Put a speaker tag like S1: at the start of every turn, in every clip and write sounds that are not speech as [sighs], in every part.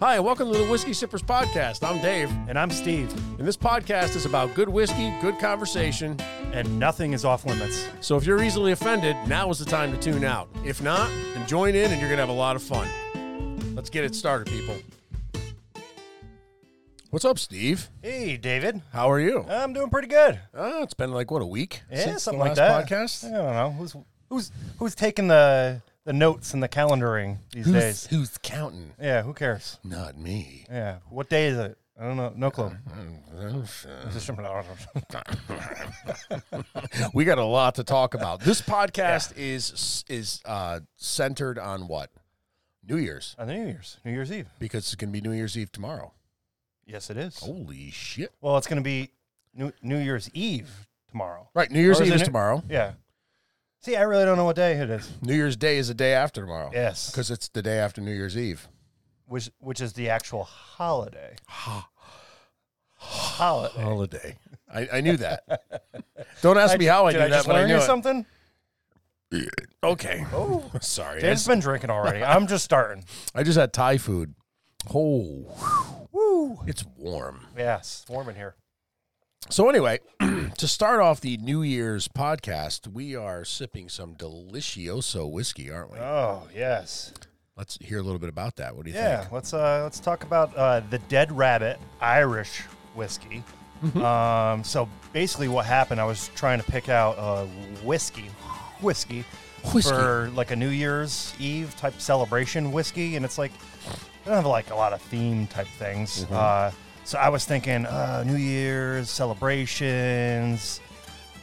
S1: Hi, and welcome to the Whiskey Sippers Podcast. I'm Dave,
S2: And I'm Steve,
S1: and this podcast is about good whiskey, good conversation.
S2: and nothing is off limits.
S1: So if you're easily offended, now is the time to tune out. If not, then join in and you're going to have a lot of fun. Let's get it started, people. What's up, Steve?
S2: Hey, David.
S1: How are you?
S2: I'm doing pretty good.
S1: Oh, it's been like, what, a week?
S2: Yeah,
S1: since
S2: something
S1: the
S2: like
S1: last
S2: that. I
S1: Podcast?
S2: don't know who's who's who's taking the the notes and the calendaring these days.
S1: who's counting?
S2: Yeah, who cares?
S1: Not
S2: [laughs]
S1: me.
S2: Yeah, what day is it? I don't know.
S1: [laughs]
S2: No clue. Uh,
S1: we got a lot to talk about. This
S2: [laughs]
S1: podcast is is uh, centered on what? New Year's,
S2: On the New Year's, New Year's Eve.
S1: because it's going to be New Year's Eve tomorrow.
S2: Yes, it is.
S1: Holy shit!
S2: Well, it's going to be New, New Year's Eve tomorrow.
S1: Right, New Year's
S2: Or is
S1: Eve
S2: it
S1: is
S2: New-
S1: tomorrow.
S2: Yeah. See, I really don't know what day it is.
S1: New Year's Day is the day after tomorrow.
S2: Yes,
S1: because it's the day after New Year's Eve.
S2: which which is the actual holiday. Holiday.
S1: Holiday. I, I knew that. Don't ask me how Oh, I
S2: Did
S1: knew
S2: I
S1: that,
S2: just
S1: but I
S2: learn
S1: knew
S2: you
S1: it.
S2: something?
S1: Okay.
S2: Oh,
S1: [laughs] Sorry. I
S2: Dave's
S1: just,
S2: been drinking already. I'm
S1: [laughs]
S2: just starting.
S1: I just had Thai food. Oh,
S2: Woo!
S1: it's warm.
S2: Yes, warm in here.
S1: So anyway, [clears throat] to start off the New Year's podcast, we are sipping some delicioso whiskey, aren't we?
S2: Oh yes,
S1: Let's hear a little bit about that. What do you
S2: yeah.
S1: think?
S2: Let's uh, let's talk about uh, the Dead Rabbit Irish whiskey.
S1: Mm-hmm.
S2: Um, so basically, what happened? I was trying to pick out a whiskey, whiskey,
S1: Whiskey.
S2: for like a New Year's Eve type celebration whiskey, and it's like they don't have like a lot of theme type things.
S1: Mm-hmm.
S2: Uh, so I was thinking uh, New Year's celebrations.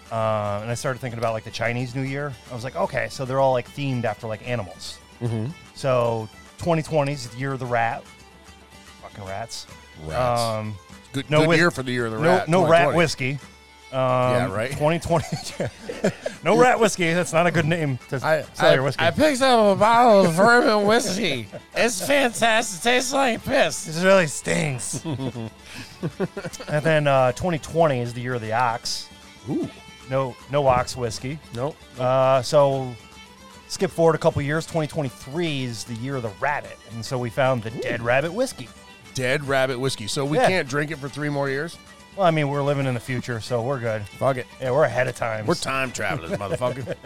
S2: Um, and I started thinking about like the Chinese New Year. I was like, okay, so they're all like themed after like animals. Mm-hmm. So 2020 is the year of the rat. Fucking rats.
S1: Rats.
S2: Um,
S1: good
S2: no
S1: good
S2: whis-
S1: year for the year of the
S2: no,
S1: rat.
S2: no rat
S1: 2020.
S2: whiskey. Um,
S1: right. [laughs]
S2: 2020. [laughs] no rat whiskey. That's not a good name to
S1: I,
S2: sell your whiskey.
S1: I picked up a bottle of vermin whiskey. It's fantastic. It tastes like piss.
S2: This
S1: [laughs]
S2: really stinks. and then uh, 2020 is the year of the ox.
S1: Ooh.
S2: No, no ox whiskey.
S1: Nope.
S2: Uh, so skip forward a couple years. 2023 is the year of the rabbit, and so we found the dead rabbit whiskey.
S1: Dead rabbit whiskey. So we
S2: Yeah.
S1: can't drink it for three more years?
S2: Well, I mean, we're living in the future, so we're good.
S1: Fuck it.
S2: Yeah, we're ahead of time.
S1: We're time travelers, motherfucker.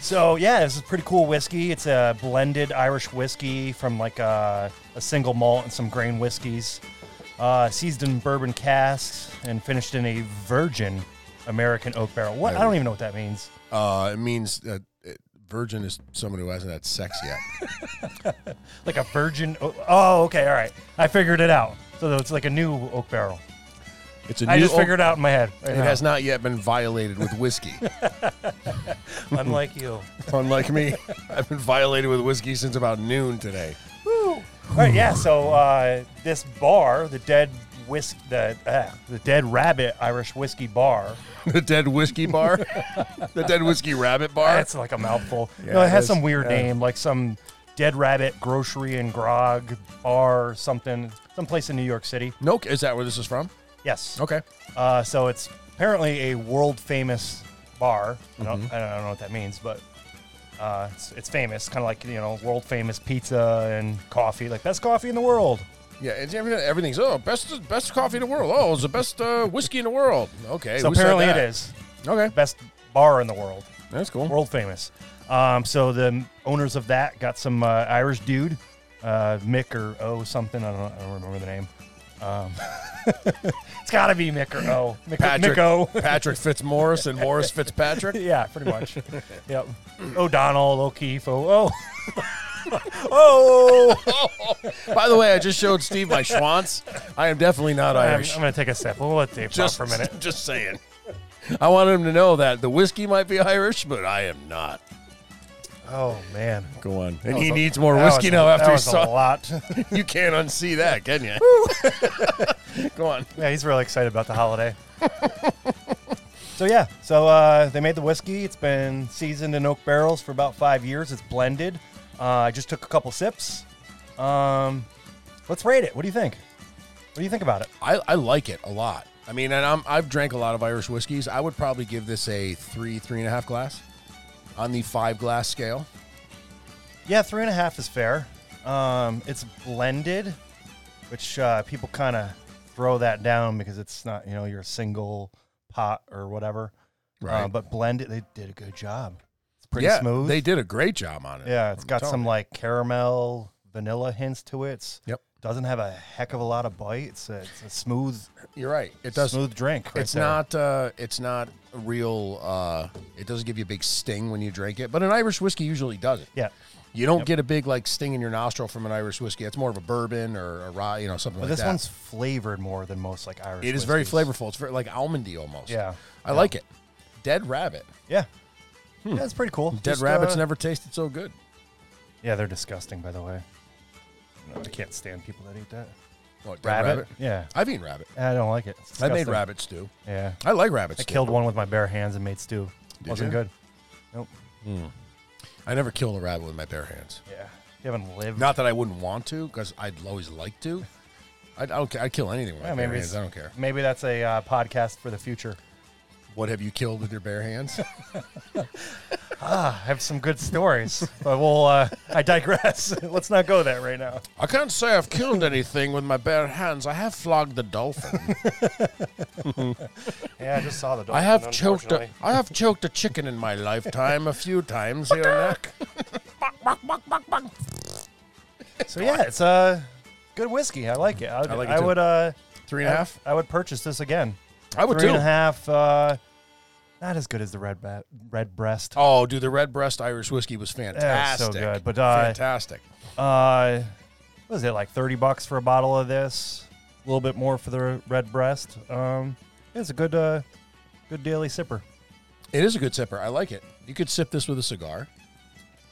S2: so yeah, this is pretty cool whiskey. It's a blended Irish whiskey from like a, a single malt and some grain whiskeys, uh, seasoned in bourbon casks and finished in a virgin American oak barrel. What? I don't even know what that means.
S1: [laughs] Uh, it means that uh, virgin is someone who hasn't had sex yet.
S2: Like a virgin. o- Oh, okay, all right. I figured it out. So it's like a new oak barrel.
S1: It's a
S2: [laughs] I
S1: new
S2: just
S1: oak-
S2: figured it out in my head.
S1: It has not yet been violated with
S2: [laughs]
S1: whiskey.
S2: unlike you.
S1: Unlike me, I've been violated with whiskey since about noon today. [laughs]
S2: All right, yeah. So uh, this bar, the Dead Whisk, the uh, the Dead Rabbit Irish Whiskey Bar.
S1: The dead whiskey
S2: [laughs]
S1: bar, the dead whiskey rabbit bar.
S2: That's like a mouthful.
S1: Yeah,
S2: no, it
S1: it
S2: has
S1: is.
S2: some weird
S1: Yeah.
S2: name, like some Dead Rabbit Grocery and Grog Bar, something, someplace in New York City.
S1: no, is that where this is from?
S2: Yes.
S1: Okay,
S2: Uh, so it's apparently a world famous bar. I don't,
S1: Mm-hmm.
S2: I don't know what that means, but uh, it's, it's famous. Kind of like you know, world famous pizza and coffee, like best coffee in the world.
S1: yeah, it's everything, everything's oh best best coffee in the world. Oh, it's the best uh, whiskey in the world. Okay,
S2: so
S1: who said
S2: apparently it
S1: that?
S2: is
S1: Okay,
S2: best bar in the world,
S1: that's cool.
S2: world famous. Um, so the owners of that got some uh, Irish dude, uh, Mick or O something. I don't, I don't remember the name. Um, [laughs] it's got to be Mick or O. Mick,
S1: Patrick
S2: Mick O. [laughs]
S1: Patrick Fitzmaurice and Morris Fitzpatrick.
S2: Yeah, pretty
S1: [laughs]
S2: much. yep. O'Donnell, O'Keefe, oh, [laughs] oh, oh.
S1: By the way, I just showed Steve my schwanz. I am definitely not
S2: I'm,
S1: Irish.
S2: going to take a sip. We'll let Dave
S1: just
S2: talk for a minute.
S1: [laughs] Just saying. I wanted him to know that the whiskey might be Irish, but I am not.
S2: Oh, man.
S1: Go on. And he
S2: was a-
S1: needs more
S2: That
S1: whiskey
S2: was-
S1: now after
S2: that
S1: he
S2: was a
S1: saw.
S2: lot.
S1: [laughs] You can't unsee that, can you? [laughs] Go on.
S2: yeah, he's really excited about the holiday. [laughs] so, yeah. So, uh, they made the whiskey. It's been seasoned in oak barrels for about five years. It's blended. Uh, I just took a couple sips. Um, let's rate it. What do you think? What do you think about it?
S1: I, I like it a lot. I mean, and I'm, I've drank a lot of Irish whiskeys. I would probably give this a three, three and a half glass on the five glass scale.
S2: Yeah, three and a half is fair. Um, it's blended, which uh, people kind of throw that down because it's not, you know, your single pot or whatever.
S1: Right.
S2: Uh, but blended, they did a good job. It's pretty
S1: yeah,
S2: smooth.
S1: They did a great job on it.
S2: yeah, it's
S1: I'm
S2: got
S1: telling
S2: some
S1: you.
S2: like caramel, vanilla hints to it. It's-
S1: Yep.
S2: Doesn't have a heck of a lot of bite. It's a, it's a smooth,
S1: You're right. It does.
S2: smooth drink. Right
S1: it's
S2: there.
S1: not. Uh, it's not a real. Uh, it doesn't give you a big sting when you drink it, but an Irish whiskey usually does it.
S2: Yeah.
S1: You don't get a big like sting in your nostril from an Irish whiskey. It's more of a bourbon or a rye, you know, something
S2: But
S1: like
S2: this
S1: that.
S2: one's flavored more than most like Irish.
S1: it is very
S2: whiskeys.
S1: flavorful. It's very like almondy almost.
S2: Yeah.
S1: I like it. Dead rabbit.
S2: Yeah. Yeah, it's pretty cool.
S1: Hmm. Dead
S2: Just,
S1: rabbits
S2: uh,
S1: never tasted so good.
S2: Yeah, they're disgusting, by the way. No, I can't stand people that eat that.
S1: What, dead
S2: Rabbit? Yeah.
S1: Oh, I've eaten rabbit.
S2: I don't like it. It's
S1: I made
S2: disgusting.
S1: rabbit stew.
S2: Yeah.
S1: I like rabbit
S2: I
S1: stew.
S2: killed one with my bare hands and made stew.
S1: Did
S2: Wasn't
S1: you?
S2: good. Nope.
S1: I never killed a rabbit with my bare hands.
S2: Yeah. You haven't lived.
S1: Not that I wouldn't want to, because I'd always like to. I'd, I don't. ca- I'd kill anything with my
S2: Yeah,
S1: bare
S2: maybe
S1: hands.
S2: it's-
S1: I don't care.
S2: Maybe that's a uh, podcast for the future.
S1: What have you killed with your bare hands?
S2: I have some good [laughs] stories, but we'll. Uh, I digress. [laughs] Let's not go there right now.
S1: I can't say I've killed anything with my bare hands. I have flogged the dolphin.
S2: Yeah, I just saw the.
S1: I
S2: [laughs]
S1: have choked a, I have choked a chicken in my lifetime a few times here and there.
S2: [laughs] So yeah, it's a good whiskey. I like it. I, would-
S1: I like it
S2: I
S1: too.
S2: would. Uh,
S1: Three and a half.
S2: I, would purchase this again.
S1: I would
S2: Three
S1: too.
S2: and a half. Uh, not as good as the red ba- red breast.
S1: Oh, dude, the red breast Irish whiskey was fantastic.
S2: good, but, uh,
S1: fantastic.
S2: Uh, what is it like thirty bucks for a bottle of this? A little bit more for the red breast. Um, it's a good, uh, good daily sipper.
S1: It is a good sipper. I like it. You could sip this with a cigar.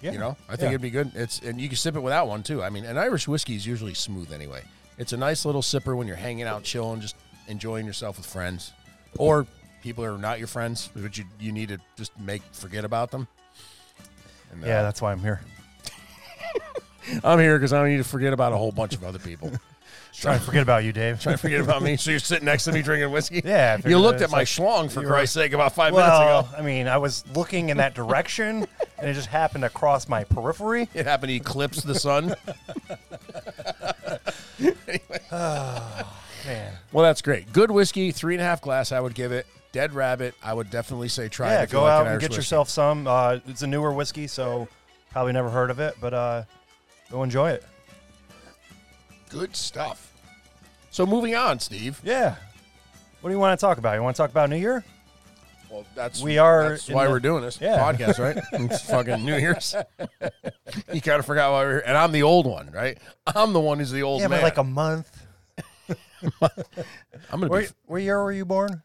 S2: Yeah,
S1: You know, I think
S2: Yeah.
S1: it'd be good. It's and you can sip it without one too. I mean, an Irish whiskey is usually smooth anyway. It's a nice little sipper when you're hanging out, chilling, just enjoying yourself with friends, or people who are not your friends, which you you need to just make forget about them. And, uh,
S2: yeah, that's why I'm here.
S1: [clears throat] I'm here because I need to forget about a whole bunch of other [laughs] people.
S2: Trying to forget about you, Dave.
S1: Trying to forget about me. So you're sitting next to me drinking whiskey.
S2: Yeah, I
S1: You
S2: figured
S1: looked
S2: it's
S1: at my
S2: like-
S1: schlong for
S2: you were-
S1: Christ's sake about five minutes
S2: Well,
S1: ago.
S2: I mean, I was looking in that direction, and it just happened to cross my periphery.
S1: It happened to eclipse the
S2: [laughs]
S1: sun.
S2: Ah, Man,
S1: well, that's great. Good whiskey, three and a half glass. I would give it. Dead Rabbit. I would definitely say try it.
S2: yeah,
S1: if you
S2: go
S1: like an
S2: out and
S1: Irish
S2: get
S1: whiskey.
S2: yourself some. Uh, it's a newer whiskey, so probably never heard of it, but uh, go enjoy it.
S1: Good stuff. So moving on, Steve.
S2: Yeah. What do you want to talk about? You want to talk about New Year?
S1: Well, that's
S2: We are
S1: That's
S2: in
S1: why
S2: the-
S1: we're doing this
S2: Yeah.
S1: podcast,
S2: [laughs]
S1: right? it's fucking New Year's. [laughs] you kind of forgot why we're here, and I'm the old one, right? I'm the one who's the old
S2: yeah,
S1: man.
S2: but like a month.
S1: I'm gonna
S2: Where,
S1: be.
S2: where year were you born?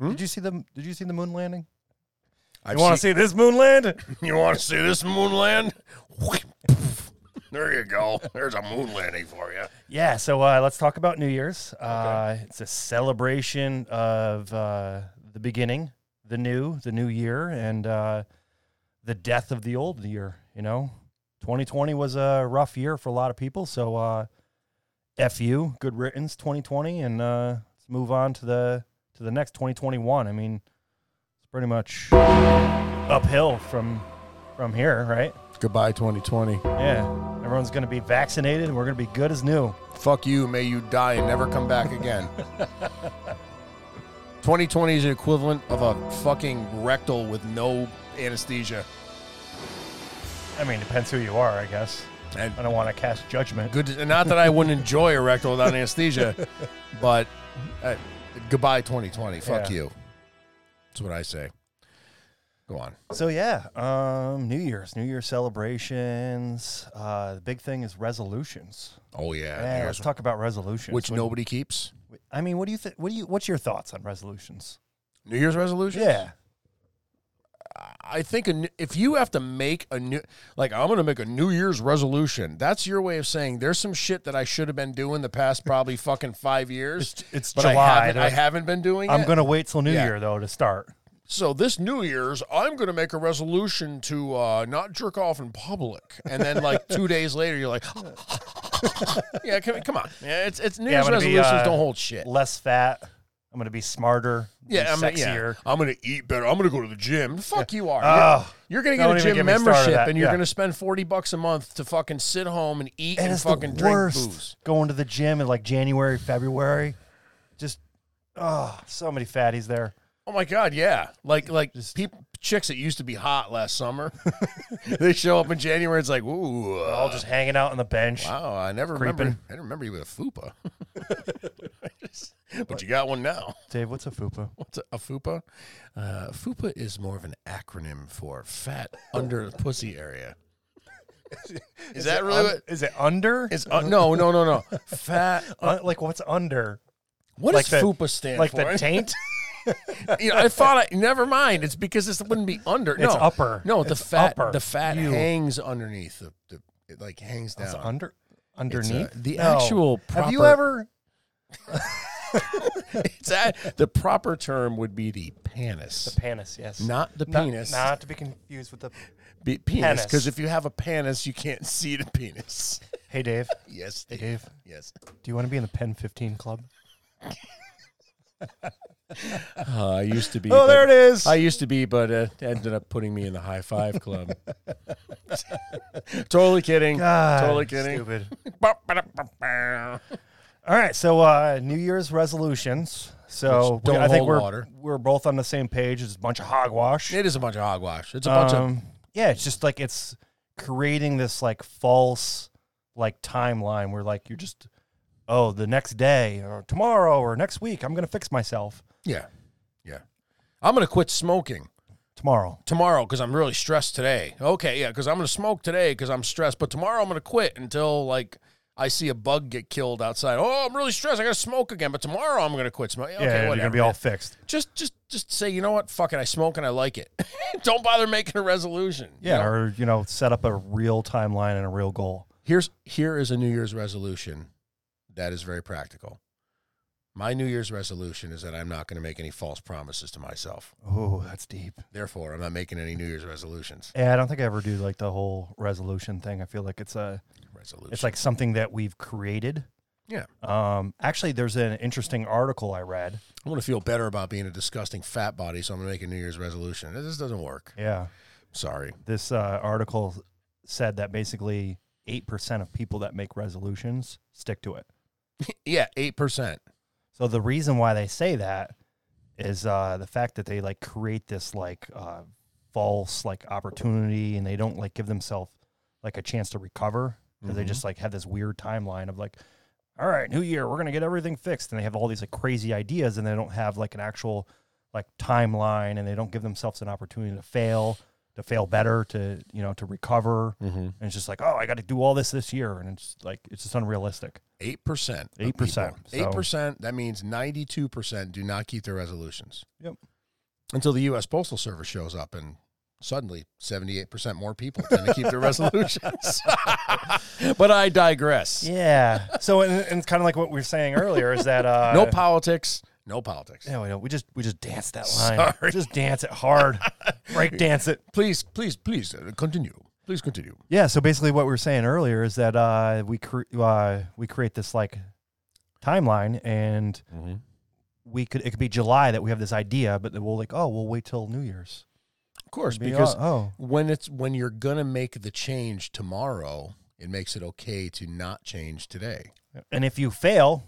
S2: Did you see the Did you see the moon landing?
S1: Hmm? I've
S2: You want to see this moon land?
S1: You want to see this moon land? [laughs] There you go. There's a moon landing for you.
S2: Yeah, so uh, let's talk about New Year's. Uh, It's a celebration of uh, the beginning, the new, the new year, and uh, the death of the old year. You know, 2020 was a rough year for a lot of people. So, uh, f you, good riddance, 2020, and uh, let's move on to the to the next 2021. I mean, it's pretty much uphill from from here, right?
S1: Goodbye, 2020.
S2: Yeah, everyone's going to be vaccinated, and we're going to be good as new.
S1: Fuck you. May you die and never come back [laughs] again. 2020 is the equivalent of a fucking rectal with no anesthesia.
S2: I mean, depends who you are, I guess.
S1: And
S2: I don't want to cast judgment.
S1: good. and Not that I wouldn't enjoy a rectal without [laughs] anesthesia, but uh, goodbye, 2020. Fuck
S2: Yeah.
S1: you. That's what I say. Go on.
S2: So yeah, um, New Year's, New Year's celebrations. Uh, the big thing is resolutions.
S1: Oh yeah.
S2: Yeah,
S1: Here's
S2: let's talk about resolutions.
S1: which
S2: What-
S1: nobody keeps.
S2: I mean, what do you think? What do you? What's your thoughts on resolutions?
S1: New Year's resolution.
S2: Yeah,
S1: I think a new, if you have to make a new, like I'm going to make a New Year's resolution. That's your way of saying there's some shit that I should have been doing the past probably fucking five years.
S2: It's- it's
S1: but
S2: July.
S1: I haven't, I haven't been doing
S2: I'm
S1: it.
S2: gonna wait till New
S1: Yeah.
S2: Year though to start.
S1: so this New Year's, I'm going to make a resolution to uh, not jerk off in public. And then like two days later, you're like, [laughs] yeah, come, come on, yeah, it's it's New
S2: Yeah, I'm
S1: Year's
S2: gonna be,
S1: resolutions
S2: uh,
S1: don't hold shit.
S2: Less fat. I'm gonna be smarter, be
S1: Yeah, I'm gonna, yeah,
S2: sexier.
S1: I'm gonna eat better. I'm gonna go to the gym. The fuck you are.
S2: Ugh.
S1: you're, you're gonna
S2: Don't
S1: get a
S2: even
S1: gym
S2: get me started on
S1: membership
S2: that.
S1: and you're
S2: Yeah.
S1: gonna spend forty bucks a month to fucking sit home and eat
S2: It
S1: and
S2: is
S1: fucking
S2: the
S1: drink
S2: worst
S1: booze.
S2: going to the gym in like January, February. Just oh, so many fatties there.
S1: Oh my god, yeah. Like like peop chicks that used to be hot last summer, [laughs] they show up in January. It's like, ooh,
S2: All just hanging out on the bench.
S1: wow. I never remember.
S2: creeping.
S1: I didn't remember you with a [laughs] fupa. but you got one now.
S2: Dave, what's a fupa?
S1: What's a, a fupa? Uh, fupa is more of an acronym for fat under the pussy area. Is, that really what?
S2: Is it under?
S1: It's uh, no, no, no, no.
S2: [laughs]
S1: Fat.
S2: Un- like what's under?
S1: What
S2: Like
S1: does
S2: the-
S1: FUPA stand
S2: Like
S1: for?
S2: the taint?
S1: [laughs] you know, I thought. I, never mind. It's because this wouldn't be under.
S2: It's
S1: no.
S2: upper.
S1: No, the
S2: It's
S1: fat.
S2: upper.
S1: The fat
S2: You.
S1: hangs underneath. The, the it like hangs down.
S2: It's under
S1: It's, uh,
S2: underneath.
S1: the
S2: No.
S1: actual. Proper,
S2: Have you ever?
S1: It's a, the proper term would be the panis,
S2: Panis, yes.
S1: not the
S2: Not-
S1: penis.
S2: Not to be confused with the.
S1: be, penis.
S2: penis.
S1: Because if you have a penis, you can't [laughs] see the penis.
S2: Hey Dave,
S1: Yes, Dave.
S2: Dave,
S1: Yes.
S2: do you want to be in the Pen 15 Club?
S1: Uh, I used to be.
S2: Oh, there it is.
S1: I used to be, but uh, ended up putting me in the high five club. [laughs] totally kidding.
S2: God,
S1: totally kidding.
S2: Ah, Stupid. All right, so uh, New Year's resolutions. So
S1: Which don't
S2: I think
S1: hold
S2: we're
S1: water.
S2: we're both on the same page. It's a bunch of hogwash.
S1: It is a bunch of hogwash. It's a bunch of.
S2: Um, yeah, it's just like it's creating this like false like timeline where like you're just oh the next day or tomorrow or next week I'm gonna fix myself
S1: Yeah. Yeah. I'm going to quit smoking
S2: tomorrow.
S1: tomorrow because I'm really stressed today. Okay. Yeah. Because I'm going to smoke today because I'm stressed. But tomorrow I'm going to quit until, like, I see a bug get killed outside. Oh, I'm really stressed. I got to smoke again. But tomorrow I'm going to quit smoking. Okay,
S2: yeah, you're
S1: whatever,
S2: gonna be
S1: man.
S2: all fixed.
S1: just just just say you know what fuck it i smoke and i like it [laughs] don't bother making a resolution you
S2: Yeah,
S1: know?
S2: or you know set up a real timeline and a real goal.
S1: here's here is a new year's resolution that is very practical my new year's resolution is that i'm not going to make any false promises to myself
S2: Oh, that's deep.
S1: therefore i'm not making any new year's resolutions
S2: Yeah, I don't think I ever do like the whole resolution thing. I feel like it's a
S1: resolution
S2: it's like something that we've created.
S1: yeah
S2: Um, actually, there's an interesting article I read.
S1: i'm going to feel better about being a disgusting fat body so i'm going to make a new year's resolution this doesn't work
S2: Yeah,
S1: sorry
S2: this uh, article said that basically eight percent of people that make resolutions stick to it.
S1: yeah 8%
S2: So the reason why they say that is uh, the fact that they like create this like uh, false like opportunity, and they don't like give themselves like a chance to recover. 'cause They
S1: Mhm.
S2: just like have this weird timeline of like, all right, new year, we're gonna get everything fixed, and they have all these like crazy ideas, and they don't have like an actual like timeline, and they don't give themselves an opportunity to fail, to fail better, to you know, to recover.
S1: mm-hmm.
S2: And it's just like, oh, I got to do all this this year, and it's like it's just unrealistic.
S1: Eight percent.
S2: 8%,
S1: Eight
S2: so-
S1: percent. That means ninety-two percent do not keep their resolutions.
S2: Yep.
S1: Until the U.S. Postal Service shows up and suddenly seventy-eight percent more people tend to keep their [laughs] resolutions. [laughs] but I digress.
S2: Yeah. [laughs] so and, and it's kind of like what we were saying earlier is that [laughs] uh,
S1: No politics. No politics.
S2: Yeah, we don't. We just we just dance that line.
S1: Sorry.
S2: Just dance it [laughs] hard. Break dance it.
S1: Please, please, please uh, continue. Please continue.
S2: Yeah. So basically, what we were saying earlier is that uh, we cre- uh, we create this like timeline, and we could it could be July that we have this idea, but then we'll like, oh, we'll wait till New Year's
S1: Of course,
S2: Be,
S1: because
S2: oh,
S1: when it's when you're gonna make the change tomorrow, it makes it okay to not change today.
S2: oh. and if you fail,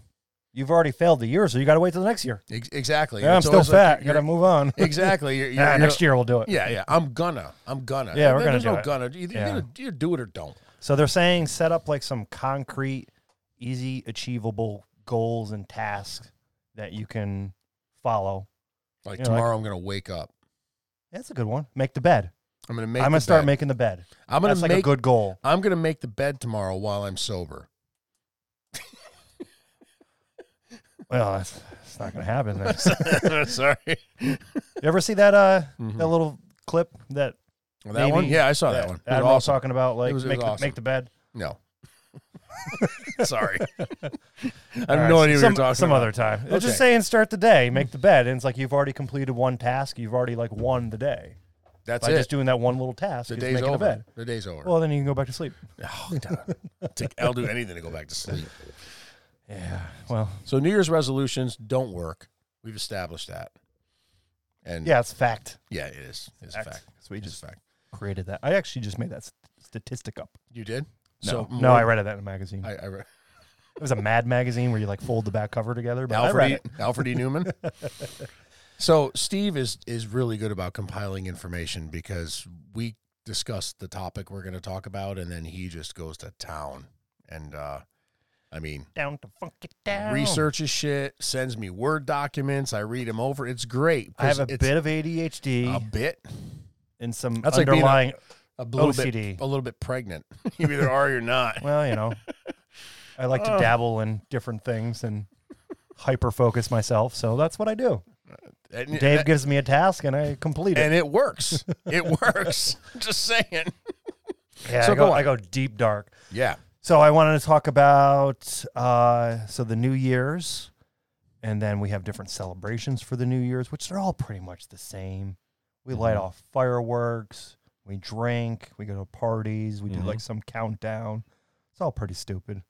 S2: you've already failed the year, so you got to wait till the next year.
S1: Ex- exactly.
S2: Yeah, I'm
S1: It's
S2: still
S1: always like
S2: fat.
S1: you're-
S2: Gotta move on. [laughs]
S1: Exactly. You're,
S2: Ah,
S1: you're-
S2: next year we'll do it.
S1: Yeah, yeah. I'm gonna. I'm gonna.
S2: Yeah,
S1: There-
S2: we're gonna
S1: There's
S2: do
S1: no
S2: it.
S1: gonna. Either
S2: Yeah.
S1: You're gonna you do it or don't.
S2: So they're saying set up like some concrete, easy, achievable goals and tasks that you can follow.
S1: Like
S2: Yeah, like-
S1: tomorrow, I'm gonna wake up.
S2: That's a good one. Make the bed.
S1: I'm gonna make.
S2: I'm
S1: the
S2: gonna start
S1: bed.
S2: making the bed.
S1: I'm gonna
S2: That's
S1: make.
S2: like a good goal.
S1: I'm gonna make the bed tomorrow while I'm
S2: [laughs]
S1: sober. [laughs]
S2: Well, that's, that's not gonna happen.
S1: [laughs]
S2: man.
S1: Sorry.
S2: you ever see that uh
S1: Mhm.
S2: that little clip that
S1: That
S2: Maybe.
S1: one. Yeah, I saw Oh, that, one. It was
S2: Admiral was
S1: awesome.
S2: talking about like
S1: was- it
S2: make,
S1: was
S2: the,
S1: awesome.
S2: make the bed? [laughs]
S1: No. Sorry. I have
S2: All right,
S1: no idea what
S2: some,
S1: you're talking
S2: Some
S1: about.
S2: other time. It's
S1: Okay. Mm.
S2: just saying start the day, make the bed, and it's like you've already completed one task. You've already like won the day
S1: That's
S2: by
S1: it.
S2: just doing that one little task.
S1: the
S2: is
S1: day's
S2: making
S1: over.
S2: the bed.
S1: The day's over.
S2: Well, then you can go back to sleep.
S1: Oh, God. Take- I'll
S2: [laughs]
S1: do anything to go back to sleep.
S2: Yeah. Well,
S1: So New Year's resolutions don't work. We've established that. And
S2: Yeah, it's fact.
S1: yeah, it is. It's
S2: Fact.
S1: a fact.
S3: So we
S1: It's
S3: just
S1: a fact.
S3: created that.
S2: I actually just made that st- statistic up.
S1: You did?
S3: No.
S2: No, I
S1: more-
S2: read it in a magazine.
S1: I, I read
S2: it was a Mad magazine where you like fold the back cover together. But I
S1: Alfred
S2: read
S1: E,
S2: it.
S1: Alfred
S2: [laughs]
S1: E. Newman. So Steve is is really good about compiling information because we discuss the topic we're going to talk about, and then he just goes to town. And uh, I mean,
S2: down to funk it down.
S1: researches shit, sends me word documents. I read them over. It's great.
S2: I have a
S1: 'cause it's
S2: bit of ADHD
S1: a bit,
S2: and some
S1: That's like being a-
S2: underlying.
S1: a little
S2: OCD.
S1: bit, a little bit pregnant. [laughs] You either are or you're not.
S2: well, you know, [laughs] I like to dabble in different things and hyper focus myself. So that's what I do.
S1: And,
S2: Dave gives me a task and I complete it.
S1: and it works. It
S2: [laughs]
S1: works. Just saying.
S2: Yeah,
S1: so
S2: I go,
S1: go on.
S2: I go deep dark.
S1: Yeah.
S2: So I wanted to talk about uh, so the New Year's, and then we have different celebrations for the New Year's, which they're all pretty much the same. We light
S3: Mhm.
S2: off fireworks, we drink, we go to parties, we do like some countdown. It's all pretty stupid.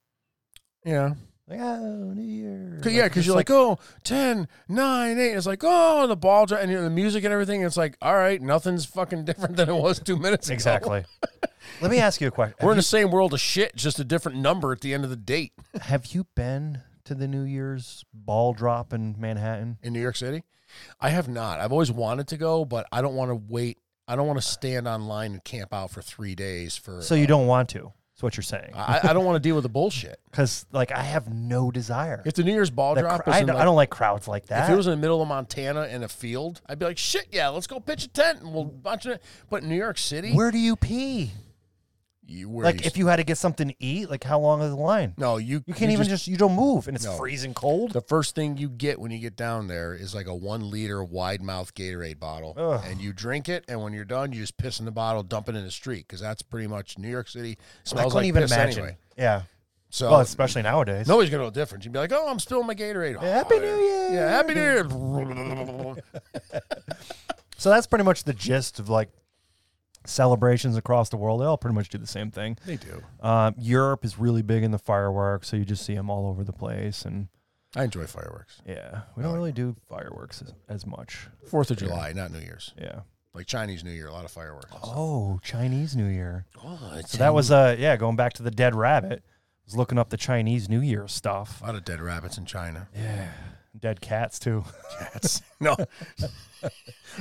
S1: Yeah.
S2: Like oh, New Year's.
S1: Cause, yeah, because
S2: just
S1: you're like, oh, 10, 9, 8. It's like, oh, the ball, dri- and you know, the music and everything. It's like, all right, nothing's fucking [laughs] different than it was two minutes ago.
S2: exactly.
S1: [laughs]
S2: Let me ask you a question.
S1: We're in
S2: Have
S1: the same world of shit, just a different number at the end of the date
S2: you, have you been to the New Year's ball drop in Manhattan?
S1: in New York City. I have not. I've always wanted to go, but I don't want to wait. I don't want to stand online and camp out for three days for.
S2: So you don't want to. Is what you're saying?
S1: Uh, I, I don't want to deal with the
S2: [laughs]
S1: bullshit.
S2: Because like I have no desire.
S1: If the New Year's ball
S2: The
S1: drop
S2: cr-
S1: is
S2: I,
S1: in
S2: don't,
S1: like,
S2: I don't like crowds like that.
S1: If it was in the middle of Montana in a field, I'd be like, shit, yeah, let's go pitch a tent and we'll bunch it. But in New York City,
S2: where do you pee?
S1: you, where
S2: like if you had to get something to eat, like how long is the line?
S1: no, you
S2: You can't even just, you don't move, and it's
S1: No.
S2: freezing cold.
S1: the first thing you get when you get down there is like a one liter wide mouth Gatorade bottle,
S2: Ugh.
S1: and you drink it. And when you're done, you just piss in the bottle, dump it in the street because that's pretty much New York City
S2: I
S1: smells
S2: couldn't
S1: like
S2: even
S1: piss
S2: imagine.
S1: anyway.
S2: Yeah.
S1: So
S2: Well, especially nowadays.
S1: nobody's gonna know the difference. You'd be like, oh, I'm spilling my Gatorade.
S2: Happy New Year.
S1: Yeah, happy New Year.
S2: So that's pretty much the gist of like celebrations across the world. They all pretty much do the same thing.
S1: they do.
S2: Um, Europe is really big in the fireworks, so you just see them all over the place. And
S1: I enjoy fireworks.
S2: yeah, we
S1: Oh,
S2: don't really do fireworks as, as much.
S1: Fourth of July, not New Year's.
S2: Yeah.
S1: Like Chinese New Year, a lot of fireworks.
S2: Oh, Chinese New Year.
S1: Oh,
S2: So that was uh yeah, going back to the dead rabbit. I was looking up the Chinese New Year stuff.
S1: a lot of dead rabbits in China.
S2: Yeah. Dead cats too. [laughs]
S1: Cats. [laughs] No.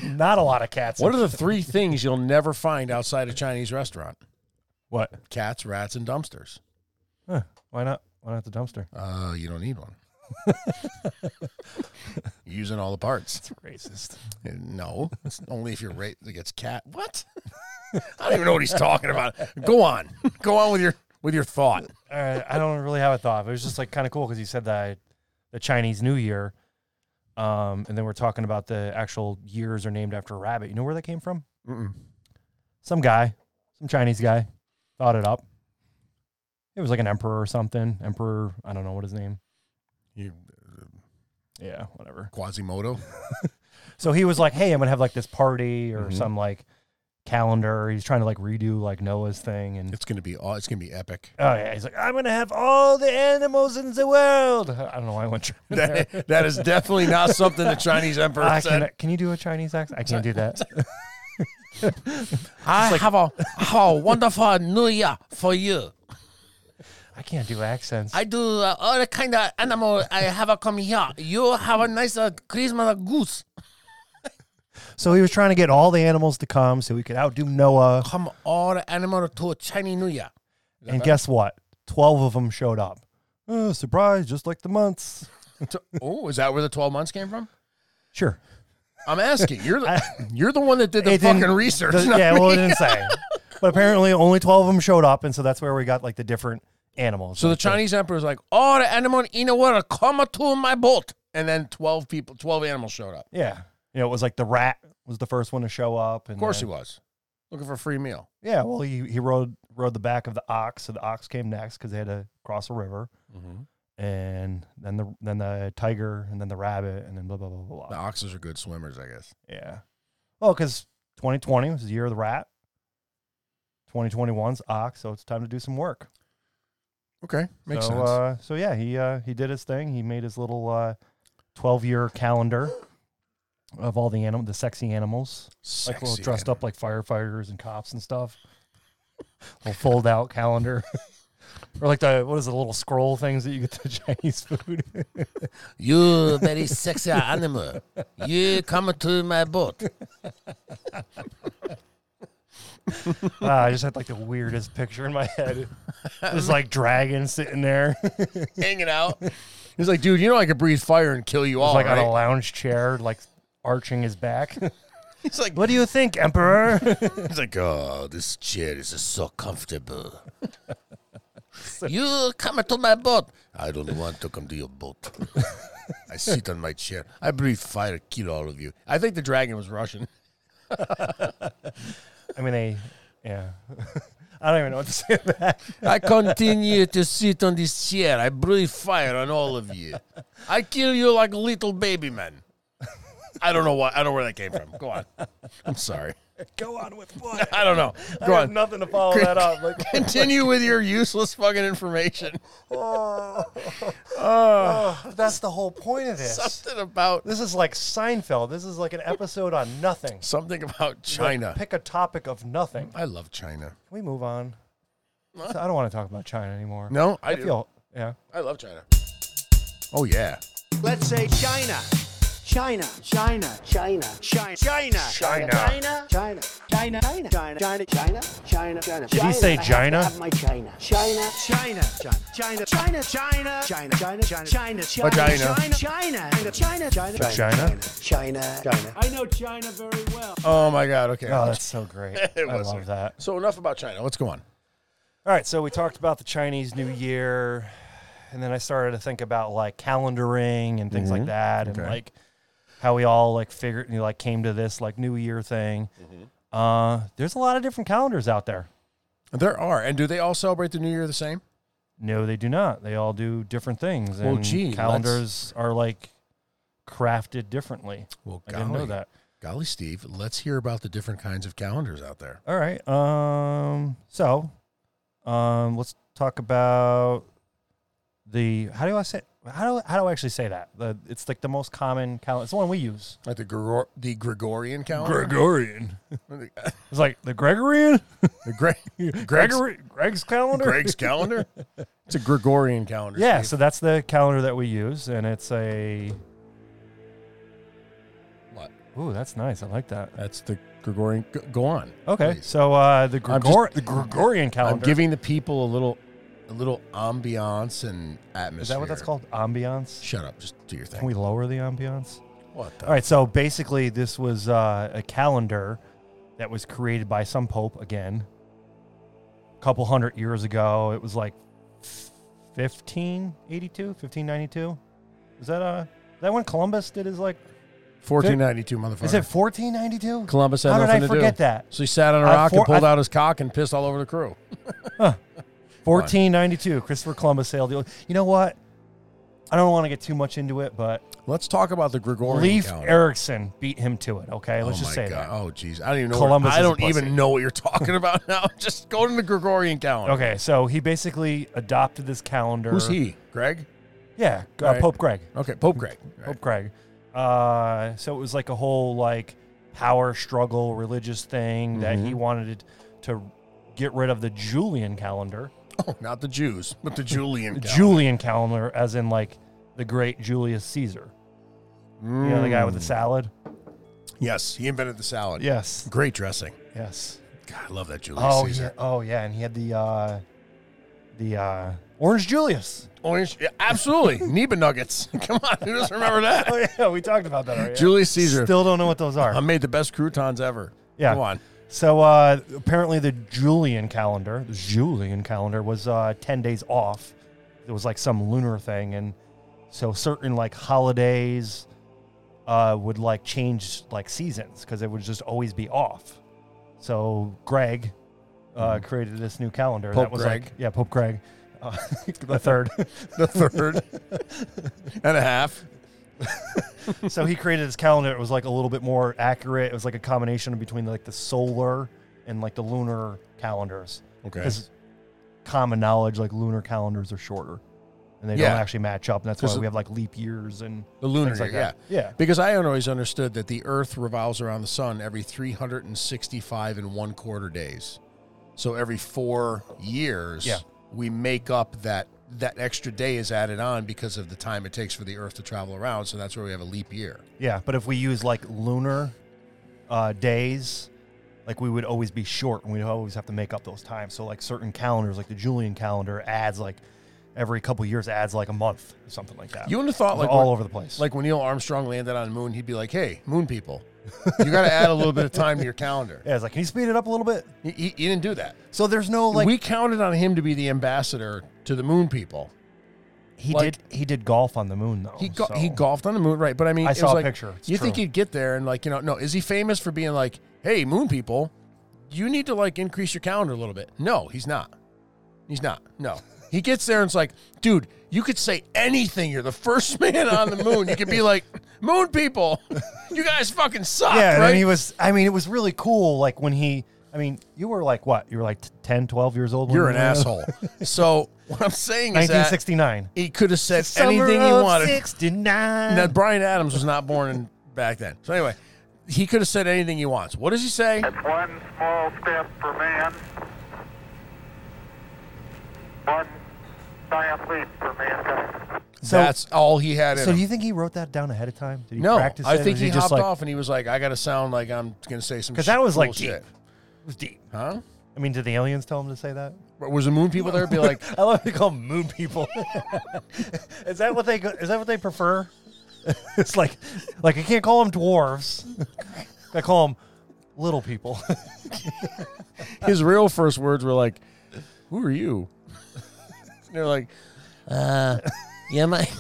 S2: Not a lot of cats.
S1: What are the three things you'll never find outside a Chinese restaurant?
S2: what?
S1: Cats, rats, and dumpsters.
S2: Huh. Why not? Why not the dumpster?
S1: Uh, you don't need one. [laughs] Using all the parts.
S2: Racist.
S1: No, it's only if you're ra- like it's cat. What? [laughs] I don't even know what he's talking about. Go on, go on with your with your thought.
S2: All right. Uh, I don't really have a thought. It was just like kind of cool because you said that I- the Chinese New Year, um, and then we're talking about the actual years are named after a rabbit. You know where that came from?
S1: Mm-mm.
S2: Some guy, some Chinese guy, thought it up. It was like an emperor or something. Emperor. I don't know what his name.
S1: You,
S2: Yeah. Whatever.
S1: Quasimodo.
S2: So he was like, "Hey, I'm gonna have like this party or
S1: Mhm.
S2: some like calendar." He's trying to like redo like Noah's thing, and
S1: It's gonna be aw- it's gonna be epic. [laughs]
S2: oh yeah, he's like, "I'm gonna have all the animals in the world." I don't know why I went. Tr-
S1: That, that is definitely not something the Chinese emperor
S2: I
S1: said.
S2: can, can you do a Chinese accent? I can't do [laughs] that.
S1: I have a, have a wonderful New Year for you.
S2: I can't do accents.
S1: I do uh, all the kind of animal I have a come here. You have a nice uh, Christmas goose.
S2: so he was trying to get all the animals to come so he could outdo Noah.
S1: Come all the animal to Chinese New
S2: [laughs]
S1: Year.
S2: And guess what? Twelve of them showed up. Oh, surprise! Just like the months.
S1: oh, is that where the twelve months came from?
S2: [laughs] Sure.
S1: I'm asking. You're the, [laughs] you're the one that did the
S2: It didn't-
S1: fucking research. [laughs]
S2: The-
S1: not
S2: yeah,
S1: me.
S2: well, it didn't say. But apparently, only twelve of them showed up, and so that's where we got like the different animals.
S1: so the Chinese emperor was like, all the animal in the world come to my boat, and then twelve people, twelve animals showed up.
S2: yeah, you know, it was like the rat was the first one to show up. And
S1: Of course he was looking for a free meal.
S2: he. Yeah, well, he he rode rode the back of the ox, so the ox came next because they had to cross a river, and then the then the tiger, and then the rabbit, and then blah blah blah blah.
S1: The
S2: blah.
S1: oxes are good swimmers, I guess.
S2: Yeah, well, because 2020 was the year of the rat. 2021's ox, so it's time to do some work.
S1: Okay, makes
S2: so,
S1: sense.
S2: Uh, so yeah, he uh, he did his thing. He made his little uh, 12 year calendar of all the animal, the sexy animals, like little
S1: Sexy
S2: dressed up like firefighters and cops and stuff. [laughs] little fold out calendar. [laughs] Or like the what is it, the little scroll things that you get the [laughs] Chinese food?
S1: You very
S2: [laughs]
S1: sexy animal. You come to my boat.
S2: Ah, I just had like the weirdest picture in my head. This like dragon sitting there, [laughs]
S1: Hanging out. He's like, dude, you know I could breathe fire and kill you all,
S2: like
S1: right?"
S2: on a lounge chair, like arching his back.
S1: [laughs] He's like,
S2: what do you think, Emperor? [laughs]
S1: he's like, oh, this chair is so
S2: [laughs]
S1: comfortable. you come to my boat. I don't want to come to your boat. [laughs] I sit on my chair. I breathe fire, kill all of you. I think the dragon was
S2: [laughs]
S1: Russian.
S2: I mean, they, yeah. [laughs] I don't even know what to say. [laughs] about that.
S1: I continue to sit on this chair. I breathe fire on all of you. I kill you like a little baby man. I don't know why. I don't know where that came from. Go on. I'm sorry.
S2: Go on with what?
S1: I don't know.
S2: I
S1: [laughs] Go
S2: have
S1: on.
S2: nothing to follow that up. Like,
S1: [laughs] Continue with your useless fucking information. [laughs]
S2: oh, oh, that's the whole point of this.
S1: Something about
S2: This is like Seinfeld. This is like an episode on nothing.
S1: something about China.
S2: Pick a topic of nothing. Can
S1: I love China.
S2: we move on? I don't want to talk about China anymore.
S1: No, I,
S2: I
S1: do.
S2: feel yeah.
S1: I love China. Oh yeah.
S3: Let's say China. China, China, China, China, China,
S2: China.
S3: China, China, China, China, China, China, China, China, China. Did
S2: he say China?
S3: Have my China, China, China, China, China, China, China, China, China, China, China,
S1: Vagina.
S3: China, China, China, China, China,
S2: China?
S3: China, China. I know China very well.
S1: Oh my god. Okay.
S2: Oh, that's so great.
S1: [laughs] It
S2: I
S1: was
S2: love that.
S1: so enough about China. Let's go on.
S2: All right, so we talked about the Chinese New Year, and then I started to think about like calendaring and things
S1: Mm-hmm.
S2: like that, and like how we all like figured, you know, like came to this like New Year thing.
S1: Mm-hmm.
S2: Uh, there's a lot of different calendars out there.
S1: There are, and do they all celebrate the New Year the same?
S2: No, they do not. They all do different things.
S1: Well,
S2: and
S1: gee, let's-
S2: calendars are like crafted differently.
S1: Well,
S2: I didn't know
S1: golly.
S2: that.
S1: Golly, Steve, let's hear about the different kinds of calendars out there.
S2: All right. Um. So, um. Let's talk about the. How do I say? How do how do I actually say that? The it's like the most common calendar. It's the one we use.
S1: Like the Gregor- the Gregorian calendar.
S2: Gregorian.
S1: the
S2: [laughs] It's like the Gregorian.
S1: Greg
S2: [laughs]
S1: Greg's,
S2: Gregory. Greg's calendar.
S1: Greg's calendar. It's a Gregorian calendar.
S2: Yeah.
S1: Steve.
S2: So that's the calendar that we use, and it's a.
S1: What?
S2: Ooh, that's nice. I like that.
S1: That's the Gregorian. Go, go on.
S2: Okay.
S1: please.
S2: So uh, the
S1: I'm just-
S2: Gregor the Gregorian
S1: I'm
S2: calendar.
S1: giving the people a little, a little ambiance and atmosphere.
S2: Is that what that's called? Ambiance.
S1: Shut up. Just do your thing.
S2: Can we lower the ambiance?
S1: what the?
S2: All right, so basically, this was uh, a calendar that was created by some pope again, a couple hundred years ago. It was like 1582, 1592. Is that uh, is that when Columbus did his like?
S1: 1492, motherfucker.
S2: Is it 1492?
S1: Columbus had
S2: How did
S1: nothing to
S2: I forget
S1: do.
S2: that?
S1: So he sat on a
S2: I
S1: rock
S2: for-
S1: and pulled
S2: I-
S1: out his cock and pissed all over the crew.
S2: 1492. Christopher Columbus sailed. the- You know what? I don't want to get too much into it, but
S1: Let's talk about the Gregorian
S2: Leif
S1: calendar.
S2: Erikson beat him to it. Okay,
S1: oh
S2: let's just
S1: my
S2: say
S1: God. Oh, jeez. I don't even know.
S2: Columbus
S1: what,
S2: is
S1: I
S2: a
S1: don't
S2: pussy.
S1: even know what you're [laughs] talking about now. Just go to the Gregorian
S2: that.
S1: calendar.
S2: Okay, so he basically adopted this calendar.
S1: Who's he? Greg?
S2: Yeah, uh,
S1: All right.
S2: Pope Greg.
S1: Okay, Pope Greg.
S2: Pope Craig. Uh, so it was like a whole like power struggle religious thing that
S1: Mm-hmm.
S2: he wanted to get rid of the Julian calendar.
S1: Oh, [laughs] not the Jews, but the Julian calendar.
S2: Julian calendar, as in like the great Julius Caesar. You know the guy with
S1: Mm.
S2: the salad.
S1: yes, he invented the salad.
S2: Yes.
S1: Great dressing.
S2: Yes.
S1: God, I love that Julius
S2: Oh yeah.
S1: Caesar.
S2: Oh yeah. And he had the uh, the uh, orange Julius.
S1: Orange, yeah,
S2: [laughs]
S1: absolutely. Niba nuggets. [laughs] Come on, who doesn't remember that?
S2: Oh yeah. We talked about that already.
S1: Julius Caesar.
S2: Still don't know what those are.
S1: I made the best croutons ever.
S2: Yeah.
S1: Go on.
S2: So uh, apparently, the Julian calendar, the Julian calendar, was uh, ten days off. It was like some lunar thing, and so certain like holidays uh, would like change like seasons because it would just always be off. So Greg uh, created this new calendar.
S1: Hmm. Pope
S2: that was
S1: Greg.
S2: like yeah, Pope Greg, uh, [laughs]
S1: [laughs]
S2: the third.
S1: The third and a half.
S2: so he created this calendar. It was like a little bit more accurate. It was like a combination between like the solar and like the lunar calendars.
S1: Okay.
S2: Because common knowledge, like lunar calendars are shorter, and and they
S1: Yeah.
S2: don't actually match up. And that's why
S1: 'Cause
S2: we have like leap years and
S1: The lunar
S2: things like
S1: year,
S2: that.
S1: yeah.
S2: yeah.
S1: Because I had always understood that the Earth revolves around the sun every 365 and one quarter days. So every four years,
S2: Yeah.
S1: we make up that that extra day is added on because of the time it takes for the Earth to travel around. So that's where we have a leap year.
S2: Yeah, but if we use like lunar uh, days, like we would always be short, and we'd always have to make up those times. So like certain calendars, like the Julian calendar, adds like every couple years adds like a month or something like that.
S1: You would have thought
S2: It's
S1: like
S2: all
S1: when-
S2: over the place.
S1: Like when Neil Armstrong landed on the moon, he'd be like, "Hey, moon people, you got to add a little bit of time to your calendar."
S2: [laughs] yeah, it's like can you speed it up a little bit?
S1: He, he, he didn't do that.
S2: So there's no like
S1: we counted on him to be the ambassador to the moon people.
S2: he
S1: like-
S2: did he did golf on the moon though.
S1: He go-
S2: Oh, so-
S1: he golfed on the moon, right? But I mean,
S2: I
S1: it
S2: saw
S1: was
S2: a
S1: like,
S2: picture. It's
S1: you think
S2: true.
S1: he'd get there and like you know? No, is he famous for being like, "Hey, moon people, you need to like increase your calendar a little bit"? No, he's not. He's not. No, he gets there and it's like, dude, you could say anything. You're the first [laughs] man on the moon. You could be like, "Moon people, you guys fucking suck."
S2: Yeah,
S1: right?
S2: and he was I mean it was really cool like when he I mean, you were like what? You were like 10, 12 years old when
S1: You're an
S2: you were-
S1: asshole. So what I'm saying is that
S2: 1969.
S1: he could have said
S2: Summer
S1: anything he
S2: of
S1: wanted.
S2: 69.
S1: Now Brian Adams was not born in, back then. So anyway, he could have said anything he wants. What does he say?
S4: It's one small step for man, one giant leap for mankind.
S2: So-
S1: That's all he had in
S2: So
S1: him.
S2: do you think he wrote that down ahead of time? Did he
S1: no,
S2: practice
S1: I
S2: it?
S1: think
S2: Was
S1: he,
S2: just
S1: hopped
S2: like,
S1: off and he was like, "I got to sound like I'm going to say some."
S2: because that was
S1: cool
S2: like deep.
S1: shit.
S2: It was deep.
S1: huh?
S2: I mean, did the aliens tell him to say that?
S1: But Was the moon people there? Be
S2: [laughs]
S1: like,
S2: I love to call them moon people. [laughs] is that what they go, is that what they prefer? [laughs] it's like like I can't call them dwarves. [laughs] I call them little people. [laughs]
S1: his real first words were like, "Who are you?" [laughs] They're like,
S5: You might.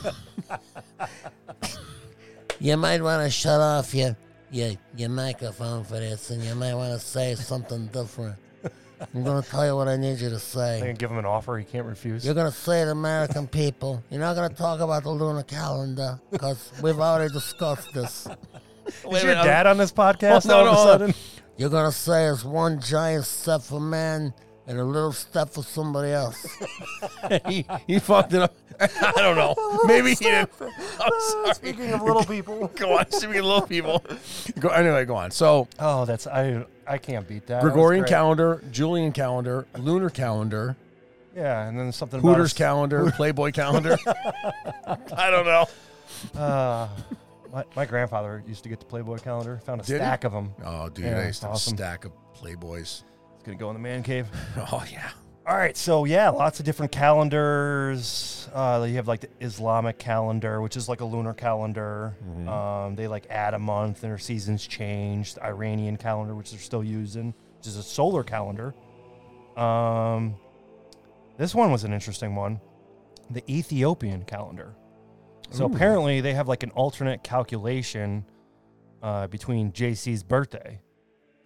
S5: you might want to shut off your, your your microphone for this, and you might want to say something different. I'm gonna tell you what I need you to
S2: I
S5: say.
S2: can give him an offer he can't refuse.
S5: You're gonna say to American people, you're not gonna talk about the lunar calendar because we've already discussed this.
S2: Is
S1: a
S2: your
S1: minute, I'm-
S2: dad on this podcast
S1: no,
S2: all
S1: no,
S2: of a
S1: hold on.
S2: sudden?
S5: You're gonna say it's one giant step for man and a little step for somebody else.
S1: he, he fucked it up. [laughs] I don't
S2: [laughs]
S1: know. Maybe he didn't. [laughs] I'm sorry.
S2: Speaking of little people.
S1: [laughs] Go on, speaking of little people. Go, anyway, go on. So
S2: [laughs] Oh, that's I I can't beat that. That was
S1: Gregorian
S2: great.
S1: calendar, Julian calendar, lunar calendar,
S2: Yeah, and then something about
S1: Hooters
S2: a-
S1: calendar, Playboy calendar. [laughs] I don't know.
S2: Uh, my, my grandfather used to get the Playboy calendar. Found a
S1: Did he?
S2: stack of them.
S1: Oh, dude,
S2: Yeah,
S1: I used to have
S2: awesome.
S1: a stack of Playboys. [laughs]
S2: It's gonna go in the man cave.
S1: Oh yeah.
S2: All right, so yeah, lots of different calendars. Uh, you have like the Islamic calendar, which is like a lunar calendar. Um, they like add a month, and their seasons change. The Iranian calendar, which they're still using, which is a solar calendar. Um, this one was an interesting one, the Ethiopian calendar. So apparently, they have like an alternate calculation uh, between JC's birthday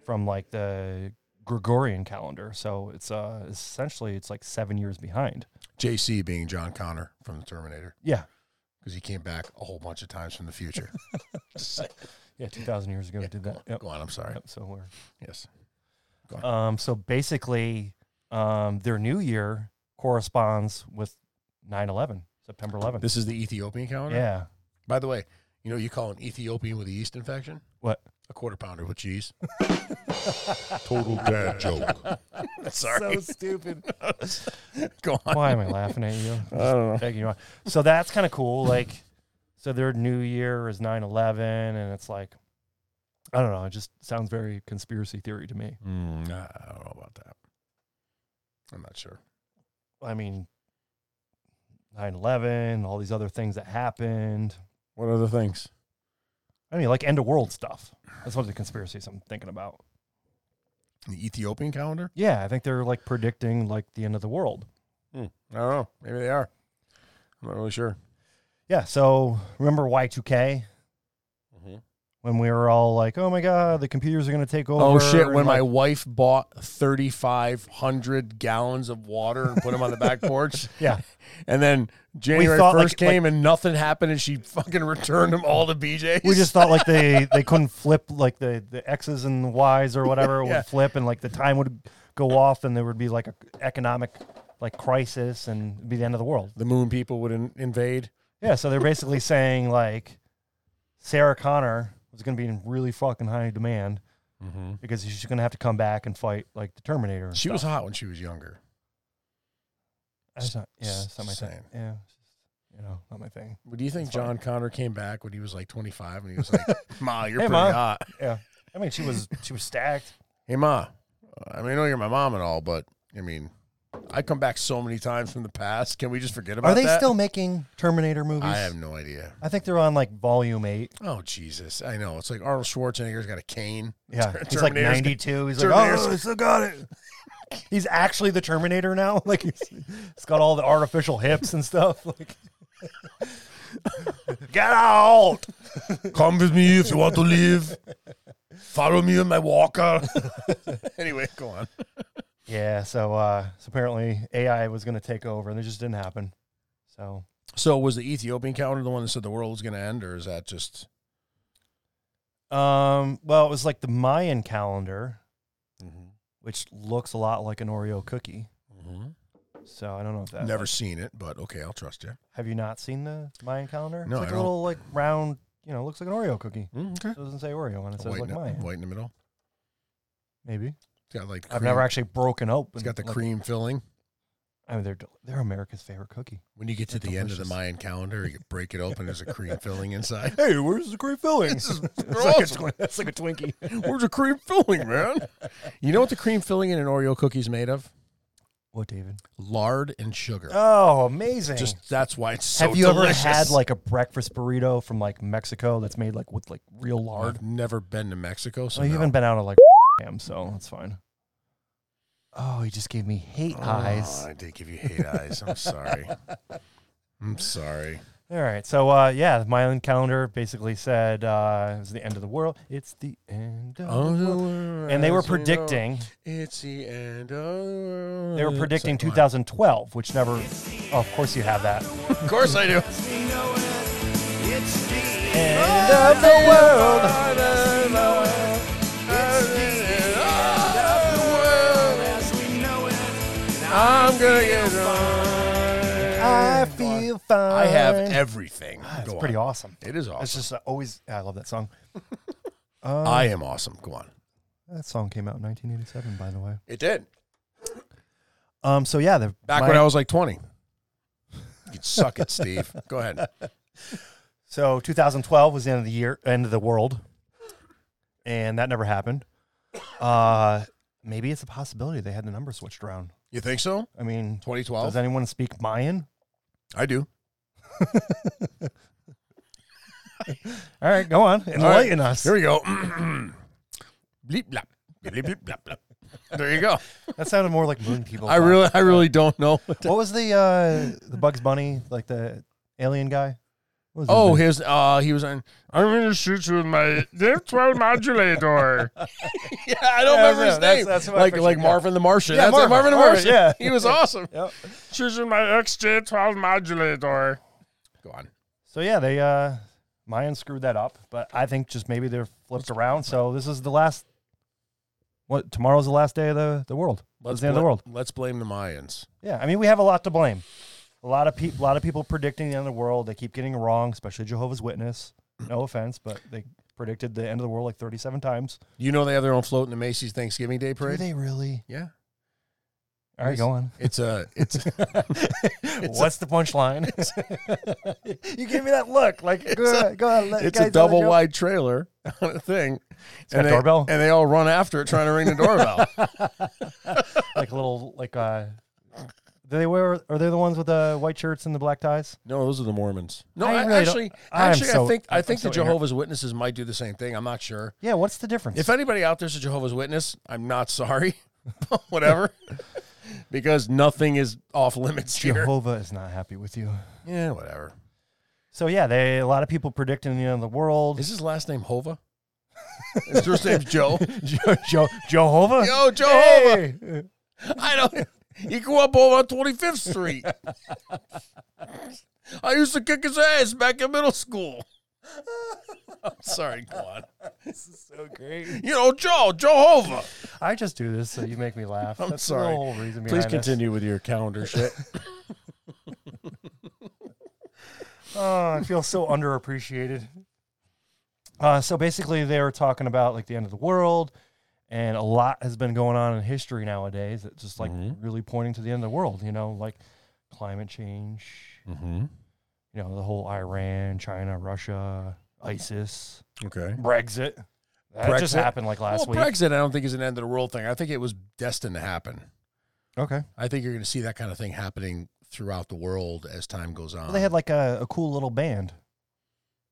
S2: from like the Gregorian calendar. So it's uh essentially it's like seven years behind.
S1: JC being John Connor from the Terminator
S2: Yeah.
S1: because he came back a whole bunch of times from the [laughs] future.
S2: Yeah, two thousand years ago we did that. Yep.
S1: Go on, I'm sorry.
S2: Yep, so we're
S1: Yes.
S2: um so basically um their new year corresponds with 9-11, September eleventh.
S1: This is the Ethiopian calendar.
S2: Yeah.
S1: By the way, you know you call an Ethiopian with a yeast infection
S2: What?
S1: a quarter pounder with cheese. [laughs] Total dad joke. [laughs] Sorry.
S2: stupid.
S1: [laughs] Go on.
S2: Why am I laughing at [laughs] you? I don't know. So that's kind of cool. Like, so their new year is 9 11, and it's like, I don't know. It just sounds very conspiracy theory to me.
S1: Mm, nah, I don't know about that. I'm not sure.
S2: I mean, 9 11, all these other things that happened.
S1: What other things?
S2: I mean, like end of world stuff. That's one of the conspiracies I'm thinking about.
S1: The Ethiopian calendar?
S2: Yeah, I think they're like predicting like the end of the world.
S1: I don't know. Maybe they are. I'm not really sure.
S2: Yeah. So remember Y2K?
S1: Mm-hmm.
S2: When we were all like, "Oh my God, the computers are going to take over."
S1: Oh shit!
S2: and,
S1: When my [laughs]
S2: like,
S1: wife bought thirty five hundred gallons of water and put them on the back [laughs] porch,
S2: yeah,
S1: and then January
S2: thought, like-
S1: first came and nothing happened, and she fucking returned them all to BJ's.
S2: we just thought like they they couldn't flip like the the x's and the y's or whatever
S1: [laughs]
S2: it
S1: Yeah.
S2: would flip and like the time would go off and there would be like a economic like crisis and it'd be the end of the world.
S1: The moon people would in- invade.
S2: Yeah, so they're [laughs] basically saying like Sarah Connor was going to be in really fucking high demand
S1: Mm-hmm.
S2: because she's going to have to come back and fight like the Terminator. and
S1: She was
S2: stuff.
S1: hot when she was younger.
S2: That's not, yeah, that's not my thing.
S1: Same.
S2: Yeah, it's just, you know, not my thing.
S1: Do you think John Connor came back when he was like 25 and he [laughs] was like, "Ma, you're
S2: Hey,
S1: pretty
S2: Ma."
S1: hot."
S2: Yeah, I mean, she was she was stacked.
S1: Hey, Ma. I mean, I know you're my mom and all, but I mean, I come back so many times from the past. Can we just forget about
S2: [laughs] Are they
S1: that?
S2: still making Terminator movies?
S1: I have no idea.
S2: I think they're on like volume eight.
S1: Oh Jesus! I know it's like Arnold Schwarzenegger's got a cane.
S2: Yeah, he's like
S1: Terminator's-
S2: 92. He's like,
S1: Terminator's-
S2: oh, I still got it. He's actually the Terminator now. [laughs] Like, he's, he's got all the artificial hips and stuff. [laughs] Like, get out.
S1: Come with me if you want to [laughs] live. Follow me in my walker. [laughs] anyway, go on.
S2: Yeah. So, uh, so apparently AI was going to take over, and it just didn't happen. So
S1: So was the Ethiopian counter the one that said the world was going to end, or is that just
S2: Um, well, it was like the Mayan calendar,
S1: Mm-hmm.
S2: which looks a lot like an Oreo cookie. So I don't know if that.
S1: Mm-hmm. never seen it? But okay, I'll trust you.
S2: Have you not seen the Mayan calendar?
S1: No,
S2: it's like
S1: I
S2: a
S1: don't.
S2: little like round. You know, looks like an Oreo cookie.
S1: Mm, Okay.
S2: It doesn't say Oreo on it. it says
S1: White,
S2: like
S1: in,
S2: Mayan.
S1: white in the middle.
S2: Maybe
S1: It's got like
S2: I've
S1: cream-
S2: never actually broken open.
S1: It's got the
S2: like-
S1: cream filling.
S2: I mean, they're del- they're America's favorite cookie.
S1: When you get to the end of the
S2: delicious.
S1: Mayan calendar, you break it open. There's a
S2: [laughs]
S1: cream filling inside.
S2: Hey, where's the cream filling? This is
S1: awesome.
S2: like a, twi- that's like a Twinkie.
S1: Where's the cream filling, man? You know what the cream filling in an Oreo cookie is made of?
S2: [laughs] what, David?
S1: Lard and sugar.
S2: Oh, amazing!
S1: Just that's why it's so
S2: have you
S1: delicious.
S2: ever had like a breakfast burrito from like Mexico that's made like with like real lard?
S1: I've never been to Mexico, so
S2: Well, Oh, you
S1: no.
S2: haven't been out of like [laughs] am, so that's fine. Oh, he just gave me hate eyes.
S1: Oh, I did give you hate eyes. I'm sorry. I'm sorry.
S2: All right, so uh, yeah, the Mayan calendar basically said uh, it was the end of the world. It's the end of
S1: Oh,
S2: the world. And they were predicting,
S1: It's the end of the world.
S2: they were predicting
S1: It's like,
S2: 2012, which never. Oh, of course you have that.
S1: Of course I do.
S2: End of the world.
S1: I'm gonna get
S2: I feel fine.
S1: I have everything.
S2: Uh, Ah, It's
S1: Go
S2: pretty
S1: on.
S2: awesome.
S1: It is awesome.
S2: It's just uh, always. I love that song.
S1: I am awesome. Go on.
S2: That song came out in 1987, by the way.
S1: It did.
S2: Um. So yeah, the
S1: Back when I was like 20. You could suck it,
S2: [laughs]
S1: Steve. Go ahead.
S2: So 2012 was the end of the year, end of the world, and that never happened. Uh, maybe it's a possibility they had the number switched around.
S1: You think so?
S2: I mean, does
S1: 2012?
S2: anyone speak Mayan?
S1: I do.
S2: All right, go on, enlighten us.
S1: Here we go. [clears throat] bleep blap. Bleep, bleep, blap, blap. There you go.
S2: That sounded more like moon people.
S1: I really, I really don't know. what to-
S2: What was the uh, the Bugs Bunny like the alien guy? What was his
S1: Oh,
S2: name?
S1: his, uh, he was on. I'm gonna shoot you with my F12
S2: [laughs]
S1: modulator. yeah, I don't
S2: Yeah,
S1: remember his
S2: that's- that's-
S1: name.
S2: that's what I
S1: like,
S2: pictured,
S1: like
S2: yeah.
S1: Marvin the Martian.
S2: Yeah,
S1: that's it,
S2: Marvin,
S1: Marvin the
S2: Marvin,
S1: Martian.
S2: yeah.
S1: [laughs] he was awesome.
S2: Yep.
S1: Shoot you with my XJ12 modulator. Go on.
S2: so yeah, they uh, Mayan screwed that up, but I think just maybe they're flipped around. So this is the last. What tomorrow's the last day of the the world? It's the end of
S1: bl-
S2: the world.
S1: Let's blame the Mayans.
S2: Yeah, I mean, we have a lot to blame. A lot of people, a lot of people predicting the end of the world. They keep getting it wrong, especially Jehovah's Witness. No offense, but they predicted the end of the world like 37 times.
S1: You know they have their own float in the Macy's Thanksgiving Day
S2: Are
S1: parade.
S2: they really?
S1: yeah,
S2: All right, go on.
S1: it's a it's
S2: [laughs] What's the punchline? [laughs] you gave me that look, [laughs] like go ahead, go ahead, let-
S1: it's
S2: guys,
S1: a
S2: let
S1: double
S2: it go.
S1: wide trailer [laughs] on a thing. It's
S2: got a
S1: and they,
S2: doorbell?
S1: and they all run after it trying to ring the
S2: [laughs]
S1: doorbell.
S2: like a little, like uh, do they wear? Are they the ones with the white shirts and the black ties?
S1: no, those are the Mormons. No,
S2: I
S1: I
S2: really don't-
S1: actually,
S2: I am
S1: actually, I
S2: so-
S1: think I
S2: I'm
S1: think
S2: so
S1: the Jehovah's Witnesses might do the same thing. I'm not sure.
S2: Yeah, what's the difference?
S1: If anybody out there's a Jehovah's Witness, I'm not sorry. [laughs]
S2: [laughs]
S1: Whatever, because nothing is off limits here.
S2: Jehovah is not happy with you,
S1: yeah, whatever.
S2: so yeah, they a lot of people predicting the end of the
S1: [laughs]
S2: world.
S1: Is his last name Hova? his first name's
S2: [laughs]
S1: Joe.
S2: Jo- Jehovah.
S1: Yo, Jehovah.
S2: Hey!
S1: I don't. He grew up over on 25th Street. I used to kick his ass back in middle school. I'm sorry, go on.
S2: so great.
S1: You know, Joe, Jehovah.
S2: I just do this so you make me laugh.
S1: I'm
S2: That's
S1: sorry.
S2: the whole reason behind
S1: Please continue with your calendar shit.
S2: This. Oh, I feel so underappreciated. Uh, so basically, they were talking about like the end of the world, and a lot has been going on in history nowadays that's just like really pointing to the end of the world. You know, like climate change.
S1: mm-hmm.
S2: You know, the whole Iran, China, Russia, ISIS,
S1: Okay.
S2: Brexit. That just
S1: Brexit?
S2: happened like last
S1: well,
S2: week.
S1: Brexit, I don't think is an end of the world thing. I think it was destined to happen.
S2: Okay.
S1: I think you're going to see that kind of thing happening throughout the world as time goes on.
S2: Well, they had like a, a cool little band,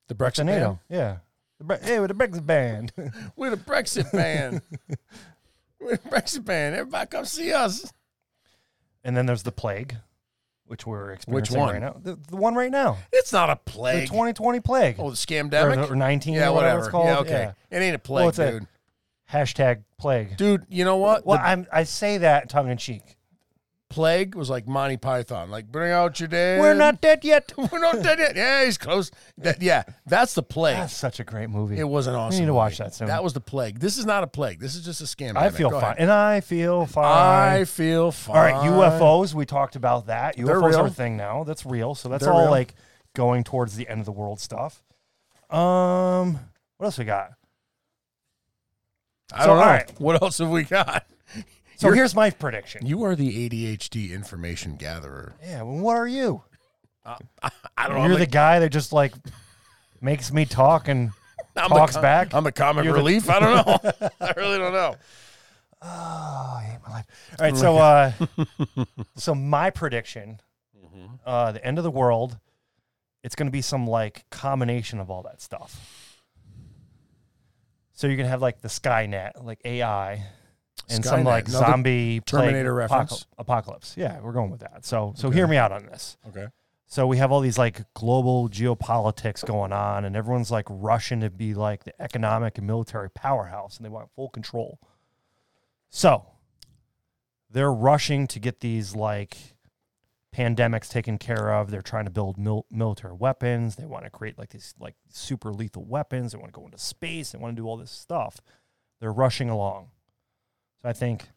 S1: the Brexit
S2: NATO. Yeah. The Bre- hey, with the Brexit band. [laughs]
S1: ban. We're the Brexit ban. We're the Brexit ban. Everybody come see us.
S2: And then there's the plague, which we're experiencing
S1: one?
S2: right now. The, the one right now.
S1: It's not a
S2: The
S1: plague.
S2: 2020 plague.
S1: oh, the
S2: or,
S1: scamdemic.
S2: the- or 19
S1: yeah,
S2: or whatever, it's called.
S1: Yeah, okay. It ain't a plague,
S2: it's a-
S1: dude.
S2: Hashtag plague.
S1: Dude, you know what?
S2: well,
S1: the
S2: I'm, I say that tongue in cheek.
S1: plague was like Monty Python. Like, bring out your dead.
S2: We're not dead yet.
S1: [laughs] We're not dead yet. Yeah, he's close. That, yeah, that's the plague.
S2: That's such a great movie.
S1: It was an awesome.
S2: need to watch
S1: movie.
S2: that soon.
S1: That was the plague. This is not a plague. This is just a scam.
S2: I
S1: damn it.
S2: feel
S1: Go
S2: fine.
S1: ahead.
S2: And I feel fine.
S1: I feel fine.
S2: all right, uh, UFOs, we talked about that. UFOs
S1: real.
S2: are a thing now. That's real. So that's
S1: They're
S2: all
S1: real.
S2: like going towards the end of the world stuff. Um, what else we got?
S1: I
S2: So,
S1: don't know.
S2: all right.
S1: What else have we got?
S2: So
S1: You're-
S2: here's my prediction.
S1: You are the ADHD information gatherer.
S2: yeah, well, what are you?
S1: I don't know.
S2: You're
S1: I'm
S2: the guy that just like makes me talk and
S1: the, [laughs] I'm
S2: talks
S1: the, com-
S2: back.
S1: I'm the comic
S2: You're the-
S1: relief. I don't know. [laughs] I really don't know.
S2: oh, I hate my life. All right, so uh, [laughs] so my prediction,
S1: Mm-hmm.
S2: uh, the end of the world, it's going to be some like combination of all that stuff. So you're gonna have like the Skynet, like AI, and some
S1: Skynet,
S2: like
S1: another
S2: zombie plague
S1: Terminator
S2: apocal-
S1: reference.
S2: apocalypse. Yeah, we're going with that. So so hear me out on this.
S1: Okay.
S2: So we have all these like global geopolitics going on, and everyone's like rushing to be like the economic and military powerhouse, and they want full control. So they're rushing to get these like pandemics taken care of. They're trying to build mil- military weapons. They want to create like these like super lethal weapons. They want to go into space. They want to do all this stuff. They're rushing along. So I think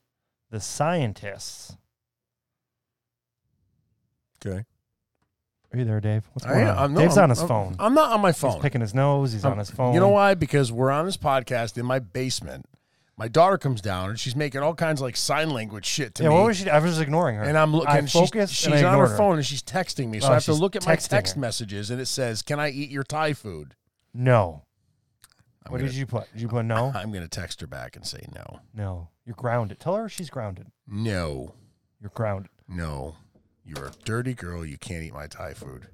S2: the scientists.
S1: Okay.
S2: Are you there, Dave? What's
S1: I
S2: going
S1: am,
S2: on?
S1: I'm- no,
S2: Dave's
S1: I'm-
S2: on his
S1: I'm-
S2: phone.
S1: I'm not on my phone.
S2: He's picking his nose. He's
S1: I'm-
S2: on his phone.
S1: You know why? Because we're on this podcast in my basement. My daughter comes down and she's making all kinds of like sign language shit to
S2: Yeah,
S1: me.
S2: what was she? I was just ignoring her.
S1: and I'm looking.
S2: I focused.
S1: she's
S2: and I
S1: she's on her
S2: ignored
S1: phone and she's texting me, so
S2: Oh,
S1: I have to
S2: she's
S1: look at my
S2: texting
S1: text
S2: her.
S1: messages and it says, "Can I eat your Thai food?"
S2: No.
S1: I'm
S2: what
S1: gonna,
S2: did you put? Did you put no?
S1: I'm going to text her back and say, "No,
S2: no. You're grounded. Tell her she's grounded.
S1: no,
S2: You're grounded
S1: no. You're a dirty girl. You can't eat my Thai food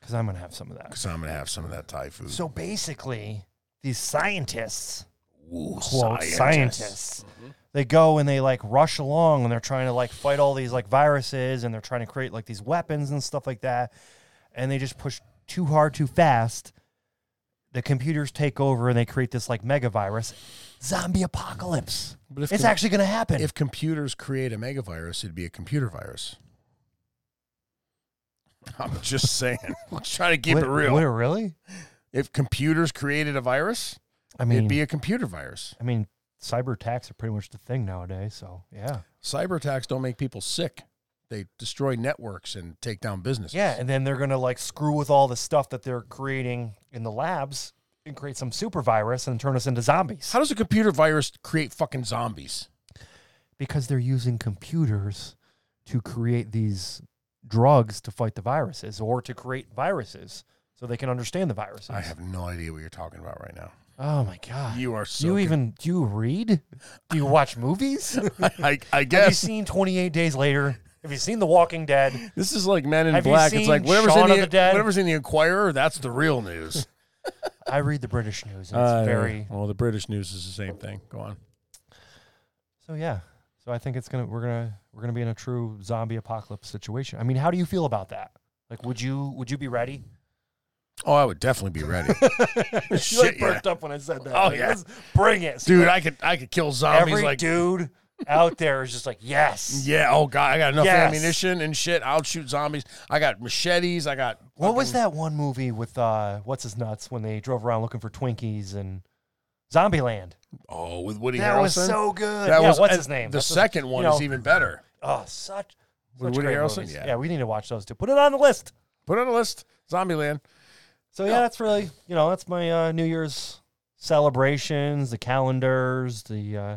S2: because I'm gonna have some of that.
S1: because I'm going to have some of that Thai food."
S2: So basically, these scientists,
S1: Ooh,
S2: quote
S1: scientists.
S2: scientists,
S1: Mm-hmm.
S2: they go and they like rush along and they're trying to like fight all these like viruses and they're trying to create like these weapons and stuff like that, and they just push too hard, too fast. The computers take over and they create this like mega virus, zombie apocalypse.
S1: But if
S2: it's
S1: com-
S2: actually going to happen.
S1: If computers create a megavirus, it'd be a computer virus. [laughs] I'm just saying. [laughs] Let's try to keep
S2: Would-
S1: it real.
S2: Would it really?
S1: If computers created a virus,
S2: I mean,
S1: it'd be a computer virus.
S2: I mean, cyber attacks are pretty much the thing nowadays. So yeah,
S1: Cyber attacks don't make people sick. They destroy networks and take down businesses.
S2: yeah, and then they're gonna like screw with all the stuff that they're creating in the labs and create some super virus and turn us into zombies
S1: How does a computer virus create fucking zombies?
S2: because they're using computers to create these drugs to fight the viruses or to create viruses so they can understand the viruses.
S1: I have no idea what you're talking about right now. [laughs]
S2: oh my god,
S1: You are so
S2: you
S1: con-
S2: even do you read? Do you
S1: [laughs]
S2: watch movies?
S1: I, I, I
S2: Have you
S1: guess
S2: seen Twenty Eight Days Later? Have you seen The Walking Dead?
S1: [laughs] this is like Men in
S2: Have you
S1: Black. It's
S2: seen
S1: like whatever's
S2: Shaun
S1: in
S2: of the Dead?
S1: whatever's in the Inquirer, that's the real
S2: [laughs]
S1: news.
S2: I read the British news, and it's
S1: Uh,
S2: very
S1: well. The British news is the same thing. Go on.
S2: so. Yeah, so I think it's gonna we're gonna we're gonna be in a true zombie apocalypse situation. I mean, how do you feel about that? Like, would you would you be ready?
S1: Oh, I would definitely be
S6: [laughs]
S1: ready,
S2: You like
S1: Shit, yeah.
S2: burped up when I said that.
S1: Oh,
S2: Like,
S1: yeah.
S2: let's bring it,
S1: dude. I could I could kill zombies
S2: Every
S1: like
S2: dude out there is just like, yes.
S1: yeah. Oh god, I got enough
S2: Yes.
S1: ammunition and shit. I'll shoot zombies. I got machetes. I got
S2: What was that one movie with uh, what's his nuts when they drove around looking for Twinkies and
S6: Zombieland.
S1: Oh, with Woody
S6: That
S1: Harrelson.
S6: was so good.
S1: That
S6: Yeah,
S1: was
S6: what's
S1: and
S6: his name?
S1: The
S6: That's his-
S1: second one
S6: you
S1: is
S6: know-
S1: even better.
S6: Oh, such.
S1: With
S6: such
S1: Woody
S6: great
S1: Harrelson?
S6: movies.
S1: Yeah.
S6: we need to watch those two. Put it on the list.
S1: Put on a list. Zombieland.
S6: So yeah, that's really you know that's my uh, New Year's celebrations, the calendars, the uh,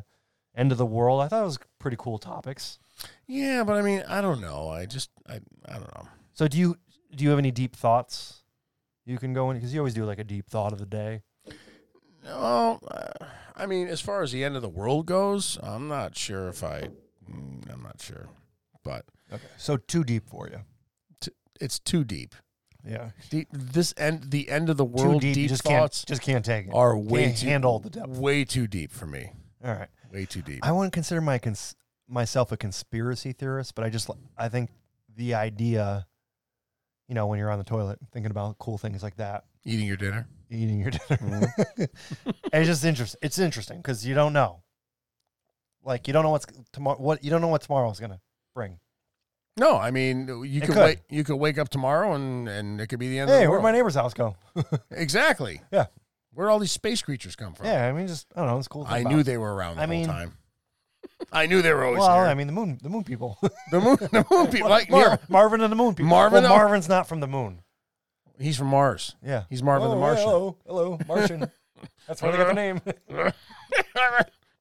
S6: end of the world. I thought it was pretty cool topics.
S1: Yeah, but I mean, I don't know. I just, I, I don't know.
S6: So do you do you have any deep thoughts? You can go in because you always do like a deep thought of the day.
S1: No, uh, I mean, as far as the end of the world goes, I'm not sure if I, mm, I'm not sure, but
S2: So too deep for you.
S1: t- it's too deep.
S2: Yeah.
S1: Deep, this end, the end of the
S2: Too
S1: world,
S2: deep.
S1: deep,
S2: you just
S1: thoughts
S2: can't. Just can't take it.
S1: are way
S2: can't
S1: too
S2: handle the depth.
S1: way too deep for me.
S2: All right.
S1: Way too deep.
S2: I wouldn't consider my cons- myself a conspiracy theorist, but I just li- I think the idea, you know, when you're on the toilet thinking about cool things like that,
S1: Eating your dinner.
S2: eating your [laughs] dinner,
S1: Mm-hmm.
S2: and it's just interesting. It's interesting because you don't know, like you don't know what's tomorrow. What you don't know what tomorrow's gonna bring.
S1: No, I mean, you
S2: It
S1: could
S2: could.
S1: wake, you could wake up tomorrow and and it could be the end of
S2: Hey,
S1: the world.
S2: where'd my neighbor's house go? [laughs]
S1: exactly.
S2: Yeah.
S1: Where all these space creatures come from?
S2: Yeah, I mean, just I don't know. It's a cool. thing
S1: I
S2: about
S1: knew
S2: it.
S1: they were around the
S2: I
S1: whole
S2: mean-
S1: time. [laughs] I knew they were always
S2: Well,
S1: here.
S2: I mean, the moon, the moon people, [laughs]
S1: the moon, the moon people. Like,
S2: Mar-
S1: Neil-
S2: Marvin and the moon people.
S1: Marvin-
S2: Well, Marvin's not from the moon.
S1: he's from Mars.
S2: Yeah,
S1: He's Marvin the
S2: Oh,
S1: Martian.
S2: Hello, hello, Martian. That's where they got
S1: [laughs]
S2: the name.
S1: [laughs]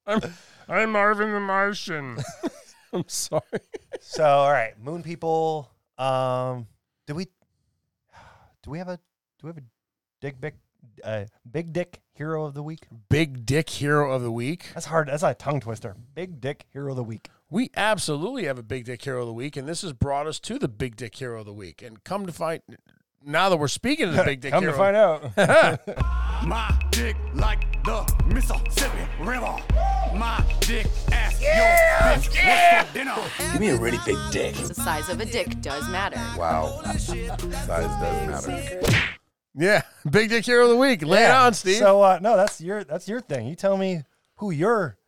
S1: I'm, I'm Marvin the
S2: [laughs]
S1: Martian. I'm sorry.
S2: So, all right, moon people. Um, do we [sighs] do we have a do we have a dick big uh, big dick hero of the week?
S1: Big Dick Hero of the Week.
S2: That's hard. That's a tongue twister. Big dick hero of the week.
S1: We absolutely have a Big Dick Hero of the Week, and this has brought us to the Big Dick Hero of the Week. And come to find, now that we're speaking of
S2: [laughs]
S1: the Big Dick
S2: Come
S1: Hero,
S2: to find
S1: [laughs]
S2: out,
S7: My dick like the Mississippi River. My dick ass your bitch. What's for dinner?
S8: Give me a really big dick.
S9: The size of a dick does matter.
S10: Wow. Size doesn't matter.
S1: yeah, [laughs] Big Dick Hero of the Week. Lay it on, Steve.
S2: So, uh, no, that's your that's your thing. You tell me who your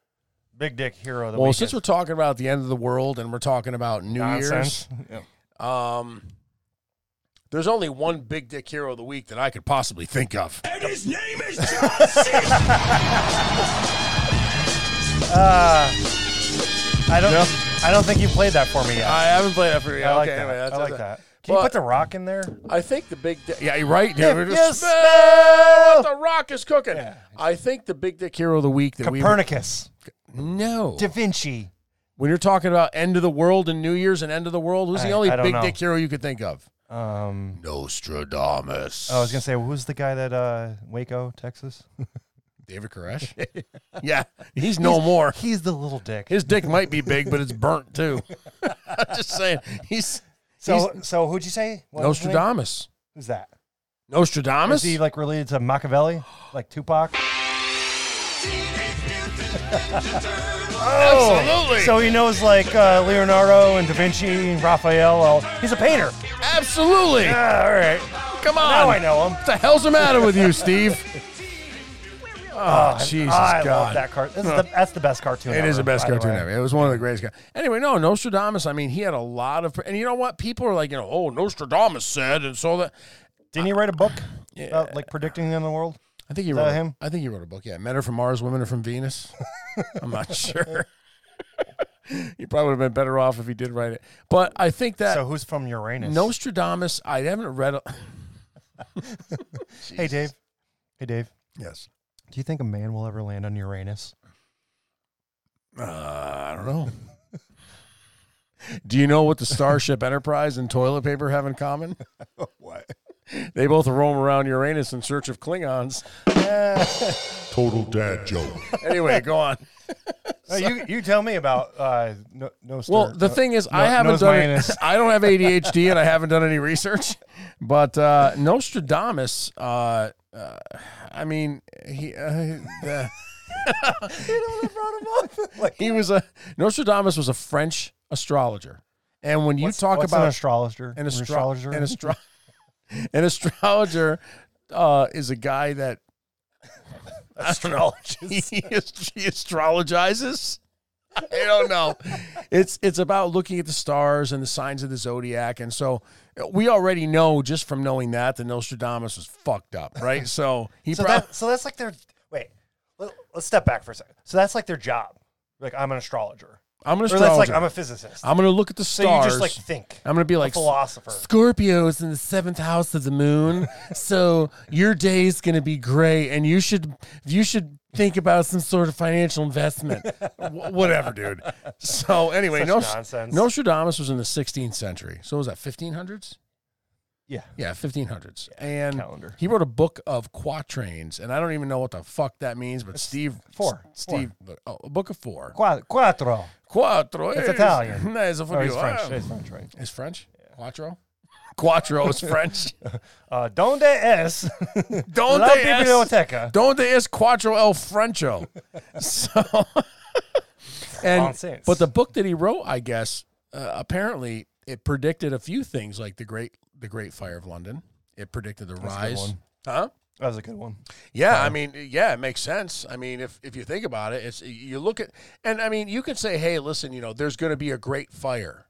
S2: big dick hero of the
S1: well,
S2: week
S1: since
S2: is.
S1: we're talking about the end of the world and we're talking about New
S2: Nonsense. [laughs]
S1: Year's, um, there's only one Big Dick Hero of the Week that I could possibly think
S2: [laughs]
S1: of.
S7: And his name is John C.
S2: I don't I don't think you played that for me yet.
S1: I haven't played that for you.
S2: I like
S1: okay,
S2: that.
S1: anyway, that's-
S2: I like
S1: that's-
S2: that. Can you
S1: But-
S2: put the rock in there?
S1: I think the big dick. Yeah, you're right. Dude. We're
S2: If
S1: just-
S2: you
S1: what [laughs]
S2: smell
S1: the rock is cooking. I think the big dick hero of the week that
S2: Copernicus,
S1: we no.
S2: Da Vinci.
S1: When you're talking about end of the world and New Year's and end of the world, who's the
S2: I-
S1: only
S2: I don't
S1: big
S2: know.
S1: dick hero you could think of?
S2: Um,
S1: Nostradamus.
S2: Oh, I was gonna say, who's the guy that uh, Waco, Texas?
S1: David Koresh. [laughs] yeah, he's no more.
S2: He's the little dick.
S1: His dick might be big, but it's burnt too. [laughs] I'm just saying. He's
S2: So, so who'd you say? What was his name?
S1: Nostradamus.
S2: Who's that? Is
S1: Nostradamus.
S2: he like related to Machiavelli, like Tupac?
S1: Absolutely.
S2: So he knows like uh, Leonardo and Da Vinci, and Raphael. Well, he's a painter.
S1: Absolutely.
S2: Ah, all right.
S1: Come on.
S2: Now I know him.
S1: What the hell's the matter with you,
S2: [laughs]
S1: Steve? Oh, Jesus
S2: I love
S1: God.
S2: that cart. This is the, that's the best cartoon.
S1: It
S2: ever,
S1: is the best
S2: by
S1: cartoon
S2: way.
S1: ever. It was one of the greatest. Guys. Anyway, no, Nostradamus. I mean, he had a lot of, and you know what? People are like, you know, oh, Nostradamus said, and so that.
S2: Didn't he write a book about like predicting the end of the world?
S1: I think he
S2: that
S1: wrote
S2: him?
S1: I think he wrote a book. Yeah, men are from Mars, women are from
S2: [laughs]
S1: Venus. I'm not sure. [laughs] he probably would have been better off if he did write it. But I think that
S2: So who's from Uranus?
S1: Nostradamus. I haven't read. A,
S2: Hey Dave. Hey Dave.
S1: yes.
S2: Do you think a man will ever land on Uranus?
S1: Uh, I don't know. Do you know what the Starship Enterprise and toilet paper have in common?
S10: [laughs] What?
S1: They both roam around Uranus in search of Klingons.
S10: [laughs] Total dad joke.
S1: Anyway, go on.
S2: Uh, you you tell me about uh, no, no Uh,
S1: Well, the thing is, I haven't
S2: nose
S1: done.
S2: minus.
S1: [laughs] I don't have ADHD, and I haven't done any research. [laughs] But uh, Nostradamus, uh, uh, I mean, he uh,
S2: [laughs]
S1: the- [laughs] he was a Nostradamus was a French astrologer, and when you talk
S2: What's
S1: about
S2: an astrologer.
S1: an, astro-
S2: astrologer.
S1: an, astro- [laughs] an astrologer uh, is a guy
S2: [laughs]
S1: that astrologizes. [laughs] he, is- he astrologizes. I don't know. It's it's about looking at the stars and the signs of the zodiac, and so we already know just from knowing that that Nostradamus was fucked up, right? So he
S2: so
S1: prob-
S2: that so that's like their wait. let, us step back for a second. So that's like their job. Like I'm an astrologer.
S1: I'm an
S2: Or that's like
S1: astrologer.
S2: I'm a physicist.
S1: I'm gonna look at the
S2: so you
S1: stars.
S2: just like think.
S1: I'm gonna be
S2: a
S1: like
S2: philosopher.
S1: Scorpio's in the seventh house of the
S2: [laughs]
S1: moon, so your day's gonna be great, and you should you should think about some sort of financial
S2: [laughs]
S1: investment, Wh- whatever, dude. So anyway,
S2: Such
S1: no
S2: nonsense.
S1: Nostradamus was in the 16th century. So what was that 1500s?
S2: Yeah.
S1: Yeah, 1500s. and
S2: calendar.
S1: he wrote a book of quatrains, and I don't even know what the fuck that means, but Steve
S2: four,
S1: S- Steve, Oh, a book of four.
S2: Qua- Quattro.
S1: Quattro.
S2: It's
S1: is- [laughs]
S2: Italian.
S1: Nice for
S2: Oh, he's
S1: you.
S2: French.
S1: Ah.
S2: He's French, right?
S1: It's French? Quattro? [laughs] Quattro is French.
S2: Uh, donde es? [laughs]
S1: Don't
S2: La
S1: they ask,
S2: biblioteca.
S1: Don't they ask Quattro El
S2: [laughs]
S1: Frencho? so, and
S2: Nonsense.
S1: but the book that he wrote, I guess, uh, apparently it predicted a few things like the great the Great Fire of London. It predicted the rise.
S2: one.
S1: Huh?
S2: That was a good one.
S1: Yeah, I mean, yeah, it makes sense. I mean, if if you think about it, it's you look at and I mean, you could say, "Hey, listen, you know, there's going to be a great fire."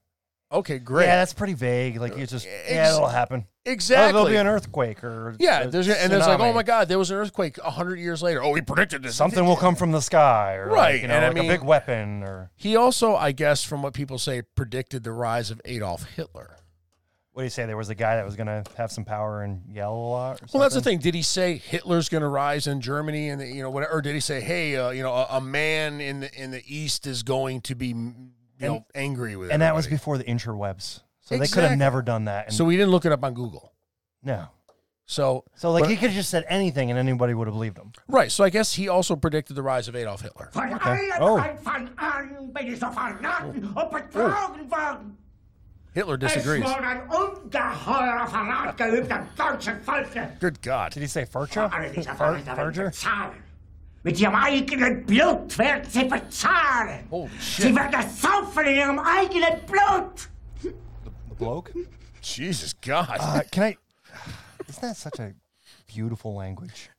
S1: Okay, great.
S2: Yeah, that's pretty vague. Like you just yeah,
S1: Ex-
S2: it'll happen.
S1: exactly.
S2: Oh, there'll be an earthquake or
S1: Yeah,
S2: a
S1: there's and there's like,
S2: tsunami.
S1: oh my God, there was an earthquake hundred years later. Oh, he predicted this.
S2: something will come from the sky or like,
S1: Right,
S2: you know,
S1: and I
S2: like
S1: mean-
S2: a big weapon or
S1: He also, I guess, from what people say, predicted the rise of Adolf Hitler.
S2: what do you say? There was a guy that was gonna have some power and yell a lot. Or
S1: Well, that's the
S2: something?
S1: thing. Did he say Hitler's going to rise in Germany and you know whatever, or did he say, hey, uh, you know, a, a man in the in the East is going to be you know angry with
S2: and that was
S1: everybody?
S2: before the interwebs, so they could
S1: Exactly.
S2: have never done that. And
S1: so we didn't look it up on Google.
S2: no,
S1: So
S2: so like
S1: but-
S2: he could have just said anything and anybody would have believed him.
S1: right. So I guess he also predicted the rise of Adolf Hitler.
S2: Oh.
S1: Hitler disagrees. Good God.
S2: Did he say Furcher? Furcher?
S5: Mit ihrem eigenen Blut werden sie bezahlen.
S1: Holy
S5: Sie
S1: shit.
S5: werden saufen in ihrem eigenen Blut.
S2: Bloke?
S1: Jesus God.
S2: Uh, can I? [sighs] Isn't that such a beautiful language?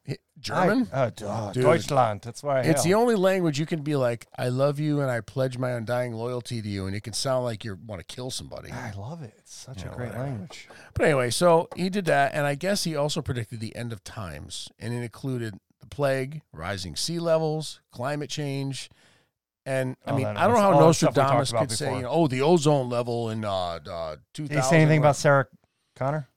S1: German.
S2: I, uh, d- oh,
S1: Dude.
S2: Deutschland. That's why I
S1: It's the
S2: hail.
S1: only language you can be like, I love you and I pledge my undying loyalty to you. And it can sound like you want to kill somebody.
S2: I love it. It's such a great language.
S1: But anyway, so he did that. And I guess he also predicted the end of times. And it included the plague, rising sea levels, climate change. And I
S2: All
S1: mean,
S2: Oh, that
S1: I don't know how
S2: nice- all that stuff we talked
S1: Nostradamus
S2: about
S1: could say, you
S2: before.
S1: know, oh, the ozone level in uh, uh, 2000.
S2: Did he say anything about Sarah Connor?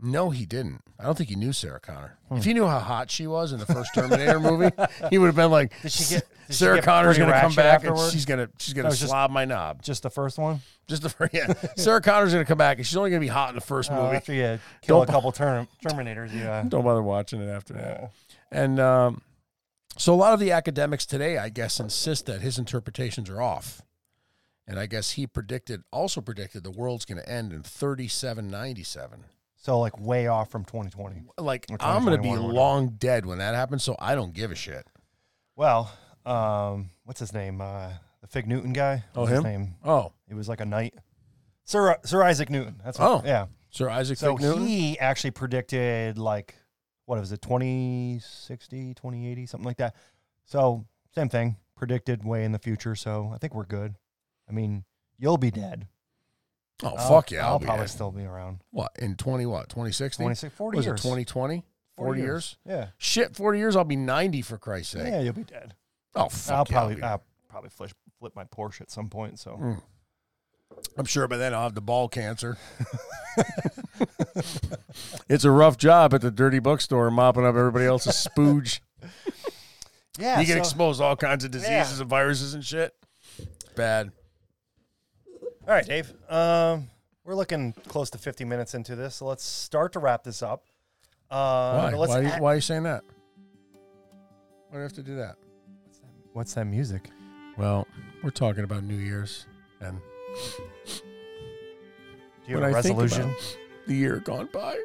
S1: No, he didn't. I don't think he knew Sarah Connor. If
S2: Hmm.
S1: he knew how hot she was in the first Terminator movie, he would have been like,
S2: Did she get- did she
S1: Sarah
S2: get
S1: Connor's
S2: pretty
S1: going to come
S2: ratchet
S1: back and
S2: afterward?
S1: she's going to she's going
S2: That
S1: to
S2: was just-
S1: slob my knob."
S2: Just the first one?
S1: Just the yeah. [laughs] Sarah Connor's going to come back and she's only going to be hot in the first
S2: Oh,
S1: movie. [laughs]
S2: after you kill
S1: Don't-
S2: a couple term- Terminators, you uh,
S1: Don't bother watching it after that. And um, so a lot of the academics today, I guess, insist that his interpretations are off. And I guess he predicted also predicted the world's going to end in 3797.
S2: so like way off from 2020.
S1: Like
S2: Or
S1: I'm going to be
S2: 2021 or whatever.
S1: long dead when that happens, so I don't give a shit.
S2: Well, um, what's his name? Uh, the Fig Newton guy. What was His name?
S1: Oh,
S2: He was like a knight. Sir uh, Sir Isaac Newton. That's what,
S1: Oh.
S2: yeah.
S1: Sir Isaac
S2: So
S1: Fig Newton.
S2: he actually predicted like what was it 2060, 2080, something like that. So same thing, predicted way in the future. So I think we're good. I mean, you'll be dead.
S1: oh
S2: I'll-
S1: fuck yeah!
S2: I'll,
S1: I'll, be
S2: probably
S1: dead.
S2: still be around.
S1: what in twenty what 2060?
S2: 26, 40
S1: was
S2: years.
S1: it 2020? 40, years.
S2: Yeah.
S1: Shit, forty years. I'll be ninety for Christ's sake.
S2: Yeah, you'll be dead.
S1: Oh fuck!
S2: I'll
S1: yeah, I'll
S2: probably
S1: be-
S2: I'll Mm. probably flip, flip my Porsche at some point. So
S1: I'm sure by then I'll have the ball cancer. [laughs] it's a rough job at the dirty bookstore mopping up everybody else's [laughs] spooge.
S2: yeah,
S1: you get
S2: so-
S1: exposed to all kinds of diseases and viruses and shit. Bad.
S2: all right, Dave. Um, we're looking close to 50 minutes into this, so let's start to wrap this up. Uh,
S1: Why?
S2: but let's
S1: why,
S2: add-
S1: why are you saying that? Why do you have to do that?
S2: What's that music?
S1: Well, we're talking about New Year's and
S2: Do you have
S1: When
S2: a
S1: I think
S2: resolution?
S1: the year gone by.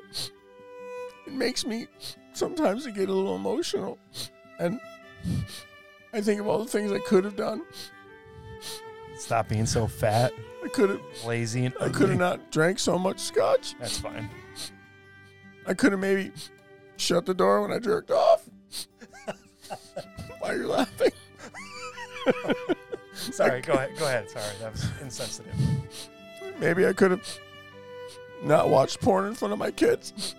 S1: It makes me sometimes I get a little emotional, and I think of all the things I could have done.
S2: Stop being so fat,
S1: I could have.
S2: lazy, and
S1: I could
S2: ugly.
S1: have not drank so much scotch.
S2: That's fine.
S1: I could have maybe shut the door when I jerked off. [laughs] Why are you laughing?
S2: Sorry, go ahead. Go ahead. Sorry, that was insensitive.
S1: Maybe I could have not watched porn in front of my kids.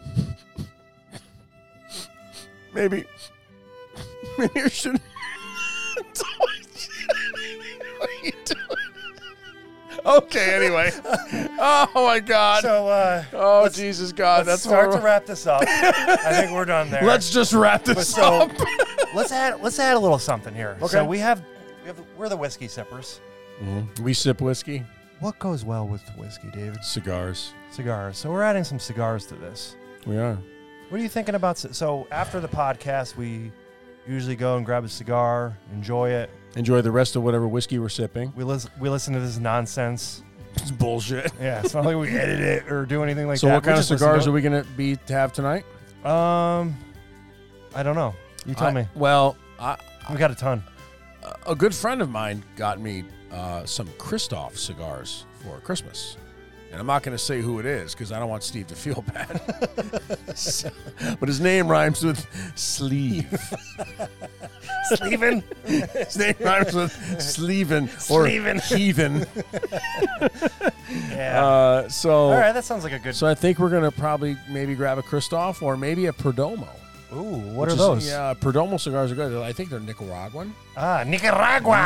S1: Maybe Maybe I should. okay, anyway. Oh my God.
S2: So, uh,
S1: oh Jesus God,
S2: Let's
S1: that's
S2: start
S1: horrible.
S2: to wrap this up. I think we're [laughs] done there.
S1: Let's just wrap
S2: But
S1: this
S2: so
S1: up.
S2: let's add let's add a little something here.
S1: Okay.
S2: So we have we have we're the whiskey sippers.
S1: Mm-hmm. We sip whiskey,
S2: What goes well with whiskey, David?
S1: cigars.
S2: Cigars. So we're adding some cigars to this.
S1: We are.
S2: What are you thinking about? ci- So after the podcast, we usually go and grab a cigar, enjoy it.
S1: Enjoy the rest of whatever whiskey we're sipping.
S2: We listen. We listen to this nonsense.
S1: It's bullshit.
S2: Yeah, it's
S1: [laughs]
S2: not like we edit it or do anything like
S1: so,
S2: that.
S1: what kind of cigars are we going to be to have tonight?
S2: are we? Um, I don't know. You tell
S1: I-
S2: me.
S1: Well, I,
S2: We got a ton.
S1: a good friend of mine got me uh, some Christoph cigars for Christmas. And I'm not going to say who it is because I don't want Steve to feel [laughs] bad. So- but his name rhymes with sleeve.
S2: [laughs] Sleevin.
S1: His name rhymes with sleevin or
S2: Sleevin. [laughs]
S1: heathen.
S2: yeah.
S1: Uh, so,
S2: All right, that sounds like a good.
S1: so I think we're going to probably maybe grab a Christoph or maybe a Perdomo.
S2: Ooh, what
S1: which
S2: are
S1: is-
S2: those?
S1: Yeah, Perdomo cigars are good. I think they're Nicaraguan.
S2: Ah, Nicaragua.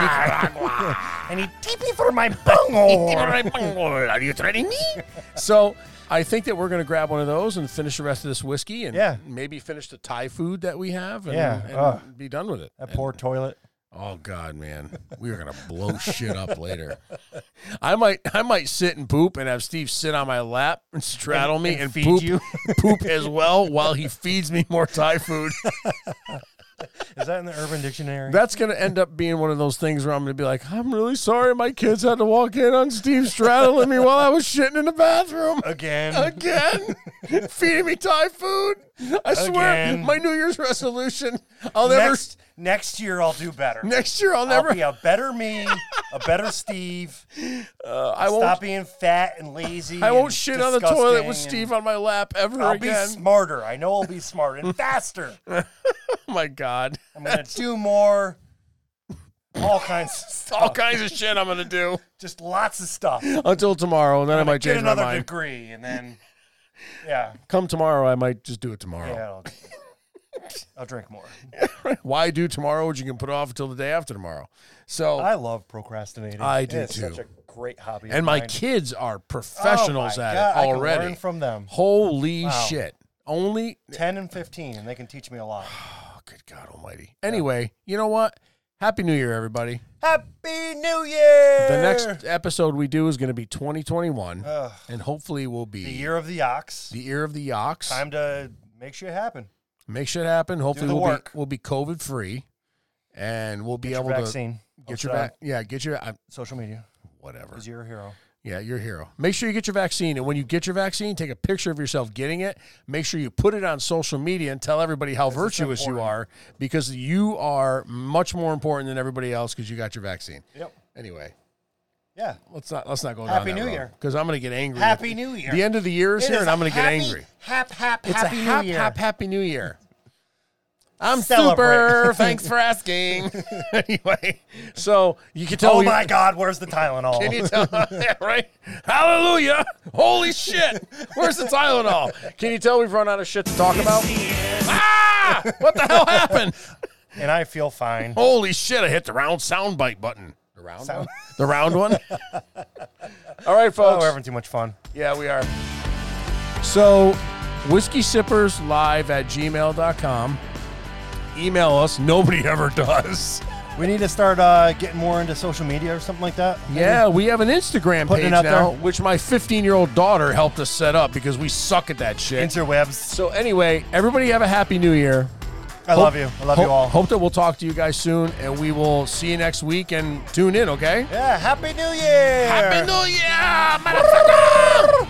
S2: [laughs] and he tippy for my
S1: [laughs]
S2: bungo.
S1: Are you threatening me? [laughs] so I think that we're going to grab one of those and finish the rest of this whiskey and
S2: Yeah.
S1: maybe finish the Thai food that we have and,
S2: Yeah,
S1: and
S2: ugh.
S1: be done with it.
S2: that
S1: And-
S2: poor toilet.
S1: oh God, man, we are going to blow shit up later. I might, I might sit and poop and have Steve sit on my lap and straddle me and,
S2: and feed
S1: poop,
S2: you.
S1: [laughs] poop as well while he feeds me more Thai food.
S2: Is that in the Urban Dictionary?
S1: That's going to end up being one of those things where I'm going to be like, I'm really sorry my kids had to walk in on Steve straddling me while I was shitting in the bathroom.
S2: Again.
S1: Again? Feeding me Thai food? I swear,
S2: Again.
S1: my New Year's resolution, I'll never, next,
S2: next, next year I'll do better.
S1: year, I'll never,
S2: I'll be a better me, a better Steve.
S1: uh, [laughs] I won't,
S2: Stop being fat and lazy.
S1: I won't
S2: and
S1: shit on the toilet
S2: disgusting
S1: with
S2: and-
S1: Steve on my lap ever
S2: I'll
S1: again.
S2: be smarter. I know I'll be smarter
S1: [laughs]
S2: and faster.
S1: oh my God.
S2: I'm gonna do more. All kinds of
S1: [laughs]
S2: stuff.
S1: All kinds of shit I'm going to do
S2: Just lots of stuff.
S1: until tomorrow, and then I
S2: Gonna
S1: might
S2: get
S1: change my
S2: another
S1: mind.
S2: degree and then yeah.
S1: Come tomorrow, I might just do it tomorrow.
S2: Yeah, [laughs] I'll, I'll drink more.
S1: Why do tomorrow what you can put off until the day after tomorrow? So,
S2: [laughs] I love procrastinating.
S1: I do
S2: It is
S1: too.
S2: Such a great hobby. of
S1: and my
S2: mine.
S1: kids are professionals
S2: Oh my
S1: at
S2: God,
S1: it
S2: I can
S1: already.
S2: learn from them.
S1: Holy
S2: Wow.
S1: shit! Only
S2: ten and fifteen, and they can teach me a lot.
S1: oh, good God Almighty. Anyway, you know what? Happy New Year, everybody.
S2: Happy New Year!
S1: The next episode we do is going to be 2021,
S2: Ugh.
S1: and hopefully will be
S2: the year of the ox.
S1: the year of the ox.
S2: Time to make shit happen.
S1: Make shit happen. Hopefully
S2: the
S1: we'll
S2: work.
S1: be we'll be COVID free, and we'll be
S2: Get
S1: able
S2: your vaccine.
S1: to get
S2: Upside
S1: your back. Yeah, get your I,
S2: Social media
S1: whatever.
S2: is your hero.
S1: Yeah, you're a hero. Make sure you get your vaccine. And when you get your vaccine, take a picture of yourself getting it. Make sure you put it on social media and tell everybody how virtuous you are because you are much more important than everybody else because you got your vaccine.
S2: Yep.
S1: Anyway,
S2: Yeah.
S1: let's not let's not go
S2: Happy
S1: down that
S2: New Year.
S1: because I'm going to get angry.
S2: Happy
S1: with-
S2: New Year.
S1: The end of the year is
S2: It
S1: here,
S2: is
S1: and I'm going to get
S2: happy-
S1: angry.
S2: Hap hap
S1: It's
S2: happy
S1: a
S2: New
S1: hap
S2: Year.
S1: hap happy New Year. I'm
S2: Celebrate.
S1: super.
S2: [laughs]
S1: Thanks for asking. anyway, so you can tell.
S2: Oh
S1: we-
S2: my God! Where's the Tylenol?
S1: can [laughs] you tell? [laughs] yeah, right? Hallelujah! Holy shit! Where's the Tylenol? Can you tell we've run out of shit to talk about? Ah! What the hell happened?
S2: and I feel fine.
S1: Holy shit! I hit the round soundbite button. The round
S2: Sound-
S1: one. The round
S2: [laughs]
S1: one. All right,
S2: Oh,
S1: folks.
S2: we're having too much fun.
S1: yeah, we are. So, whiskey sippers live at gmail.com. Email us. Nobody [laughs] ever does.
S2: We need to start uh, getting more into social media or something like that.
S1: Yeah, we have an Instagram
S2: Putting it
S1: page
S2: out
S1: now,
S2: there.
S1: which my 15 year old daughter helped us set up because we suck at that shit.
S2: Interwebs.
S1: So anyway, everybody have a happy new year.
S2: I love you. I love you all.
S1: Hope that we'll talk to you guys soon and we will see you next week and tune in, okay?
S2: Yeah. Happy New Year.
S1: Happy New Year! motherfucker!